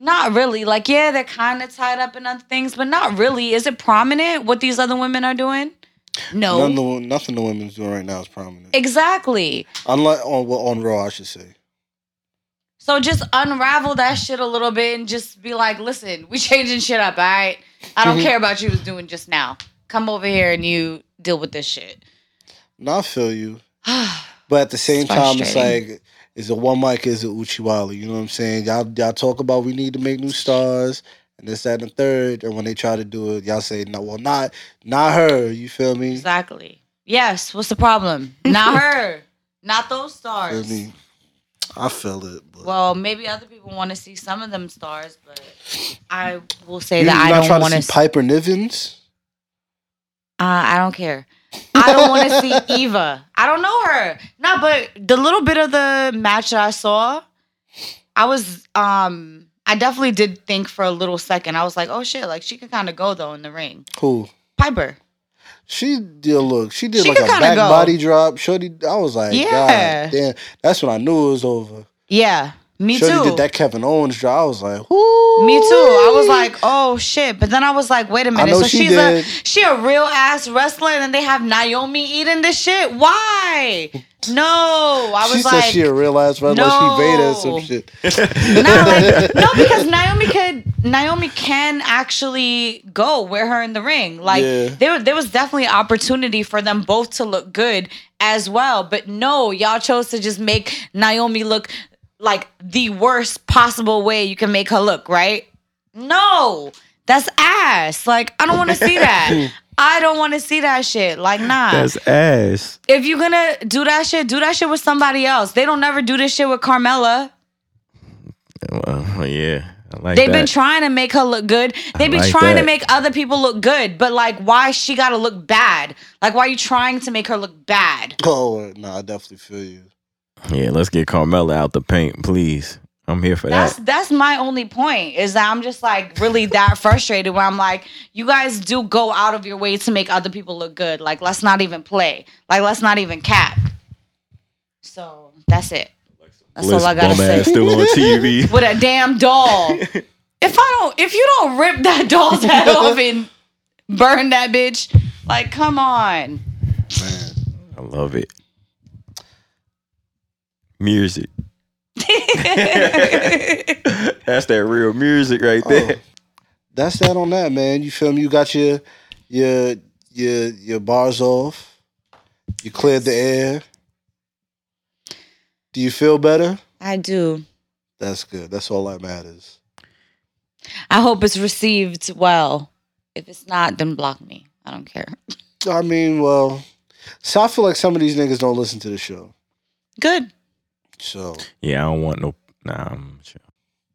J: Not really. Like, yeah, they're kind of tied up in other things, but not really. Is it prominent what these other women are doing? No.
D: None the, nothing the women's doing right now is prominent.
J: Exactly.
D: Unlike on well, on Raw, I should say.
J: So just unravel that shit a little bit and just be like, listen, we changing shit up, all right? I
D: Mm-hmm.
J: don't care about you was doing just now. Come over here and you deal with this shit.
D: No, I feel you. But at the same time, it's
J: frustrating.
D: like, is it one mic? Is it Uchiwali? You know what I'm saying? Y'all, y'all talk about we need to make new stars and this, that, and the third. And when they try to do it, y'all say, no, well, not, not her. You feel me?
J: Exactly. Yes, what's the problem? Not her. Not those
D: Feel
J: stars.
D: me? I feel it.
J: Well, maybe other people want to see some of them stars, but I will say
D: you,
J: that
D: you
J: I
D: not
J: don't
D: trying
J: want
D: to
J: to.
D: see Piper Nivens?
J: uh, I don't care. I don't want to see Eva. I don't know her. Nah, but the little bit of the match that I saw, I was um, I definitely did think for a little second. I was like, oh shit, like she could kind of go though in the ring.
D: Who?
J: Piper.
D: She did look. She did
J: She
D: like a
J: could kinda
D: back
J: go.
D: body drop. Shorty, I was like,
J: Yeah.
D: God damn. That's when I knew it was over.
J: Yeah, me
D: Shorty
J: too.
D: did that Kevin Owens drop. I was like, whoo.
J: Me too. I was like, oh shit. But then I was like, wait a minute.
D: know
J: so
D: she
J: she's
D: did.
J: a she a real ass wrestler and they have Naomi eating this shit. Why? No. I was
D: she
J: like,
D: said she a real ass red like she Vader or some shit.
J: no, because Naomi could Naomi can actually go with her in the ring. Like
D: Yeah.
J: there there was definitely opportunity for them both to look good as well. But no, y'all chose to just make Naomi look like the worst possible way you can make her look, right? No. That's ass. Like, I don't want to see that. I don't want to see that shit. Like, nah
F: That's ass.
J: if you're gonna do that shit, do that shit with somebody else. They don't never do this shit with Carmella.
F: Well, yeah, I like
J: They've
F: that.
J: been trying to make her look good. They've been
F: like
J: trying
F: that.
J: to make other people look good, but like, why she gotta look bad? Like, why are you trying to make her look bad?
D: Oh no, I definitely feel you.
F: yeah, let's get Carmella out the paint, please. I'm here for
J: That's
F: that.
J: that's my only point is that I'm just like really that frustrated where I'm like, you guys do go out of your way to make other people look good. Like, let's not even play. Like, let's not even cap. So that's it. That's all I gotta
F: bum
J: say.
F: ass still on TV.
J: with a damn doll. if I don't, if you don't rip that doll's head off and burn that bitch, like, come on.
F: I love it. Music. That's that real Oh. music right there.
D: That's that on that, man. You feel me? You got your your your your bars off. You cleared the air. Do you feel better?
J: I do.
D: That's good. That's all that matters.
J: I hope it's received well. If it's not, then block me. I don't care.
D: I mean, well, so I feel like some of these niggas don't listen to the show.
J: Good.
D: So
F: Yeah, I don't want no. Nah, I'm chill.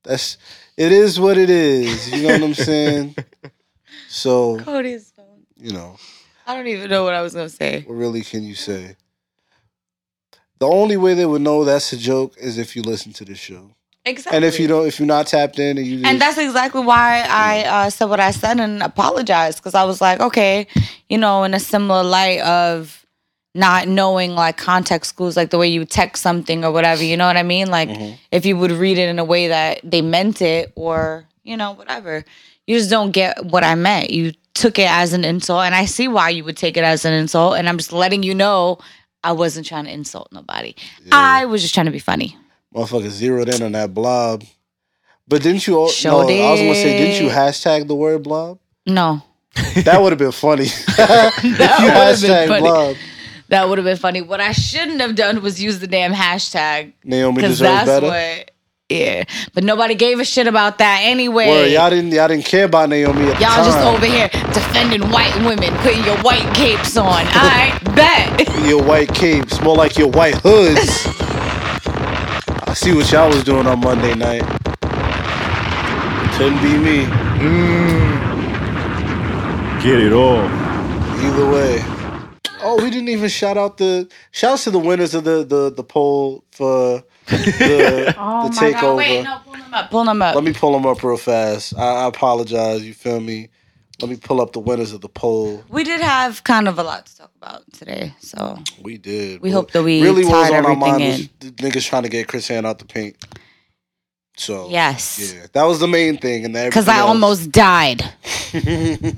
D: that's it is what it is. You know what I'm saying? So
J: Cody's phone.
D: you know,
J: I don't even know what I was gonna say.
D: what really can you say? The only way they would know that's a joke is if you listen to the show.
J: Exactly.
D: And if you don't, if you're not tapped in, and you just-
J: And that's exactly why I uh, said what I said and apologized because I was like, okay, you know, in a similar light of not knowing like context clues, like the way you text something or whatever, you know what I mean? Like if you would read it in a way that they meant it or, you know, whatever, you just don't get what I meant. You took it as an insult and I see why you would take it as an insult. And I'm just letting you know I wasn't trying to insult nobody, I was just trying to be funny.
D: motherfucker zeroed in on that blob. But didn't you? al-
J: Sure
D: no, I was gonna say,
J: did.
D: didn't you hashtag the word blob?
J: No.
D: That would have been funny. if you
J: would've been
D: hashtag
J: funny.
D: blob,
J: That would have been funny. What I shouldn't have done was use the damn hashtag
D: Naomi
J: because
D: deserves
J: that's
D: better.
J: what. Yeah, but nobody gave a shit about that anyway.
D: Word, y'all didn't y'all didn't care about Naomi. At the
J: Y'all just
D: time.
J: over here defending white women, putting your white capes on. All right, bet.
D: your white capes, more like your white hoods. I see what y'all was doing on Monday night. Couldn't be me.
F: Get it all.
D: Either way. Oh, we didn't even shout out the shouts to the winners of the the, the poll for the,
J: Oh
D: the
J: my
D: takeover.
J: god! Wait, no, pull them up. Pull them up.
D: Let me pull them up real fast. I, I apologize. You feel me? Let me pull up the winners of the poll.
J: We did have kind of a lot to talk about today, so
D: We did.
J: we
D: but
J: hope that we
D: really what
J: tied
D: was on our
J: everything
D: mind
J: in.
D: was the niggas trying to get Chris Hand out the paint. So
J: Yes.
D: yeah, that was the main thing, and
J: Because I almost died.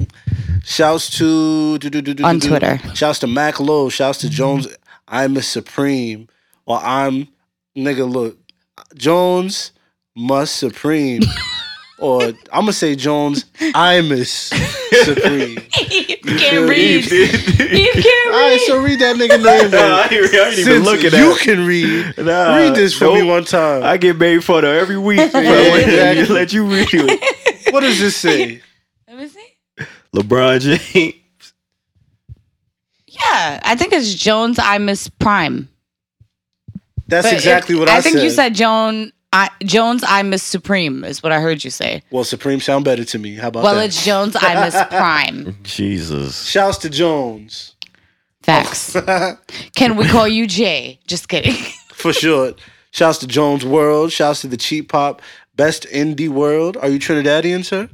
D: Shouts to do, do, do, do,
J: On
D: do, do.
J: Twitter.
D: Shouts to Mac Lowe. Shouts to Jones. I'm a supreme, or I'm nigga. Look, Jones must supreme, or I'm gonna say Jones. I'm a supreme.
J: you
D: feel
J: can't
D: me?
J: read. You can't
D: All right,
J: read.
D: so read that nigga name.
F: Nah,
D: though.
F: I ain't, I ain't even
D: Since
F: looking at
D: you
F: it.
D: can read.
F: Nah,
D: read this for me
F: nope.
D: one time.
F: I get made fun of every week. bro.
D: Yeah,
F: Let
D: exactly.
F: you- Let you read it.
D: what does this say?
J: Let me see.
F: LeBron James.
J: Yeah, I think it's Jones. I miss Prime.
D: That's
J: But
D: exactly
J: it-
D: what I,
J: think you said Joan. I, Jones, I miss Supreme is what I heard you say.
D: Well, supreme sound better to me. How about
J: well,
D: that?
J: it's Jones, I miss Prime.
F: Jesus.
D: Shouts to Jones.
J: Facts. Can we call you Jay? Just kidding.
D: For sure. Shouts to Jones World. Shouts to the Cheap Pop Best Indie World. Are you Trinidadian, sir?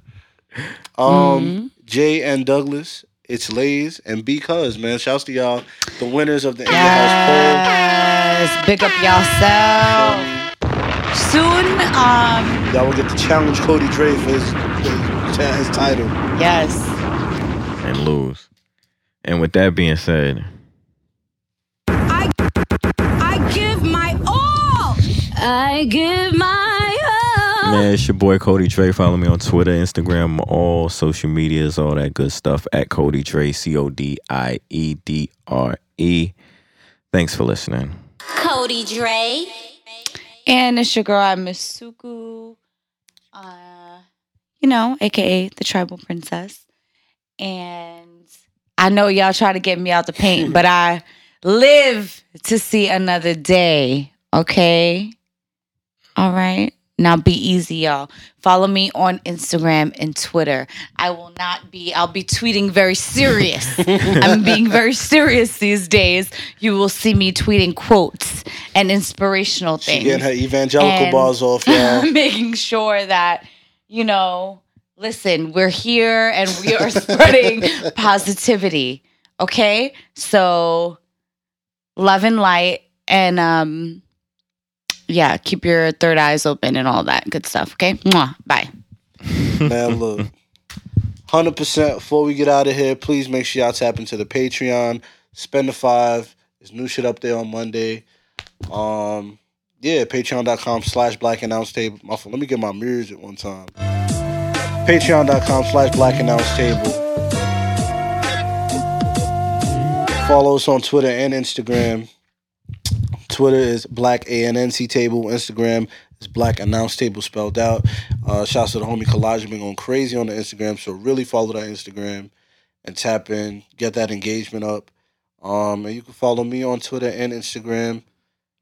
J: Mm-hmm.
D: Um, Jay and Douglas. It's Lays and Because, man. Shouts to y'all, the winners of the In the House
J: Yes, big up yourself. Soon, um,
D: poll. Y'all will get to challenge Cody Dre for his, his, his title.
J: yes.
F: and lose. And with that being said,
O: I give my all. I give my all.
F: man, it's your boy Cody Trey. Follow me on Twitter, Instagram, all social medias, all that good stuff at Cody Trey, C O D I E D R E. Thanks for listening.
O: Cody Dre.
J: And it's your girl, I miss Suku. Uh, you know, aka the tribal princess. And I know y'all try to get me out the paint, but I live to see another day. Okay. All right. Now be easy, y'all. Follow me on Instagram and Twitter. I will not be, I'll be tweeting very serious. I'm being very serious these days. You will see me tweeting quotes and inspirational
D: She
J: things.
D: getting her evangelical
J: And-
D: bars off, y'all.
J: making sure that, you know, listen, we're here and we are spreading positivity. Okay? So love and light and um yeah, keep your third eyes open and all that good stuff. Okay? Mwah. Bye.
D: Man, look. 100% before we get out of here, please make sure y'all tap into the Patreon. Spend the five. There's new shit up there on Monday. Um, yeah, patreon.com slash black announce table. My phone, let me get my mirrors at one time. Patreon.com slash black announce table. Follow us on Twitter and Instagram. Twitter is Black ANNC Table. Instagram is Black Announce Table spelled out. Uh, shouts to the homie Collage been going crazy on the Instagram, so really follow that Instagram and tap in, get that engagement up. Um, and you can follow me on Twitter and Instagram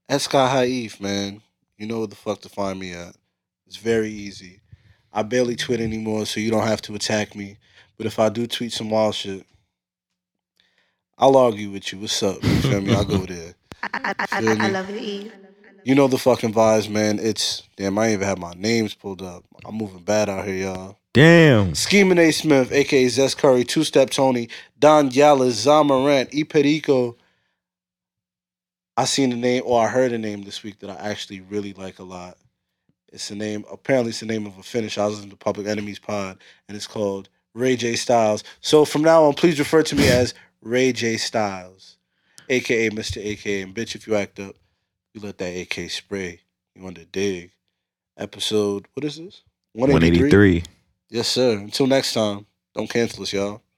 D: at Sky High Eve, man. You know where the fuck to find me at. It's very easy. I barely tweet anymore, so you don't have to attack me. But if I do tweet some wild shit, I'll argue with you. What's up? You feel me? I'll go there.
I: I, I, I,
D: Feel me?
I: I love you, Eve.
D: You know the fucking vibes, man. It's damn. I ain't even have my names pulled up. I'm moving bad out here, y'all.
C: Damn.
D: Scheming A. Smith, aka Zest Curry, Two Step Tony, Don Yallis, Zamarant, Iperico. I seen the name or I heard a name this week that I actually really like a lot. It's the name, apparently it's the name of a Finnish. I was in the Public Enemies pod, and it's called Ray J Styles. So from now on, please refer to me as Ray J Styles, aka Mr. AK. And bitch, if you act up, you let that AK spray. You under dig. Episode, what is this?
C: 183.
D: Yes, sir. Until next time, don't cancel us, y'all.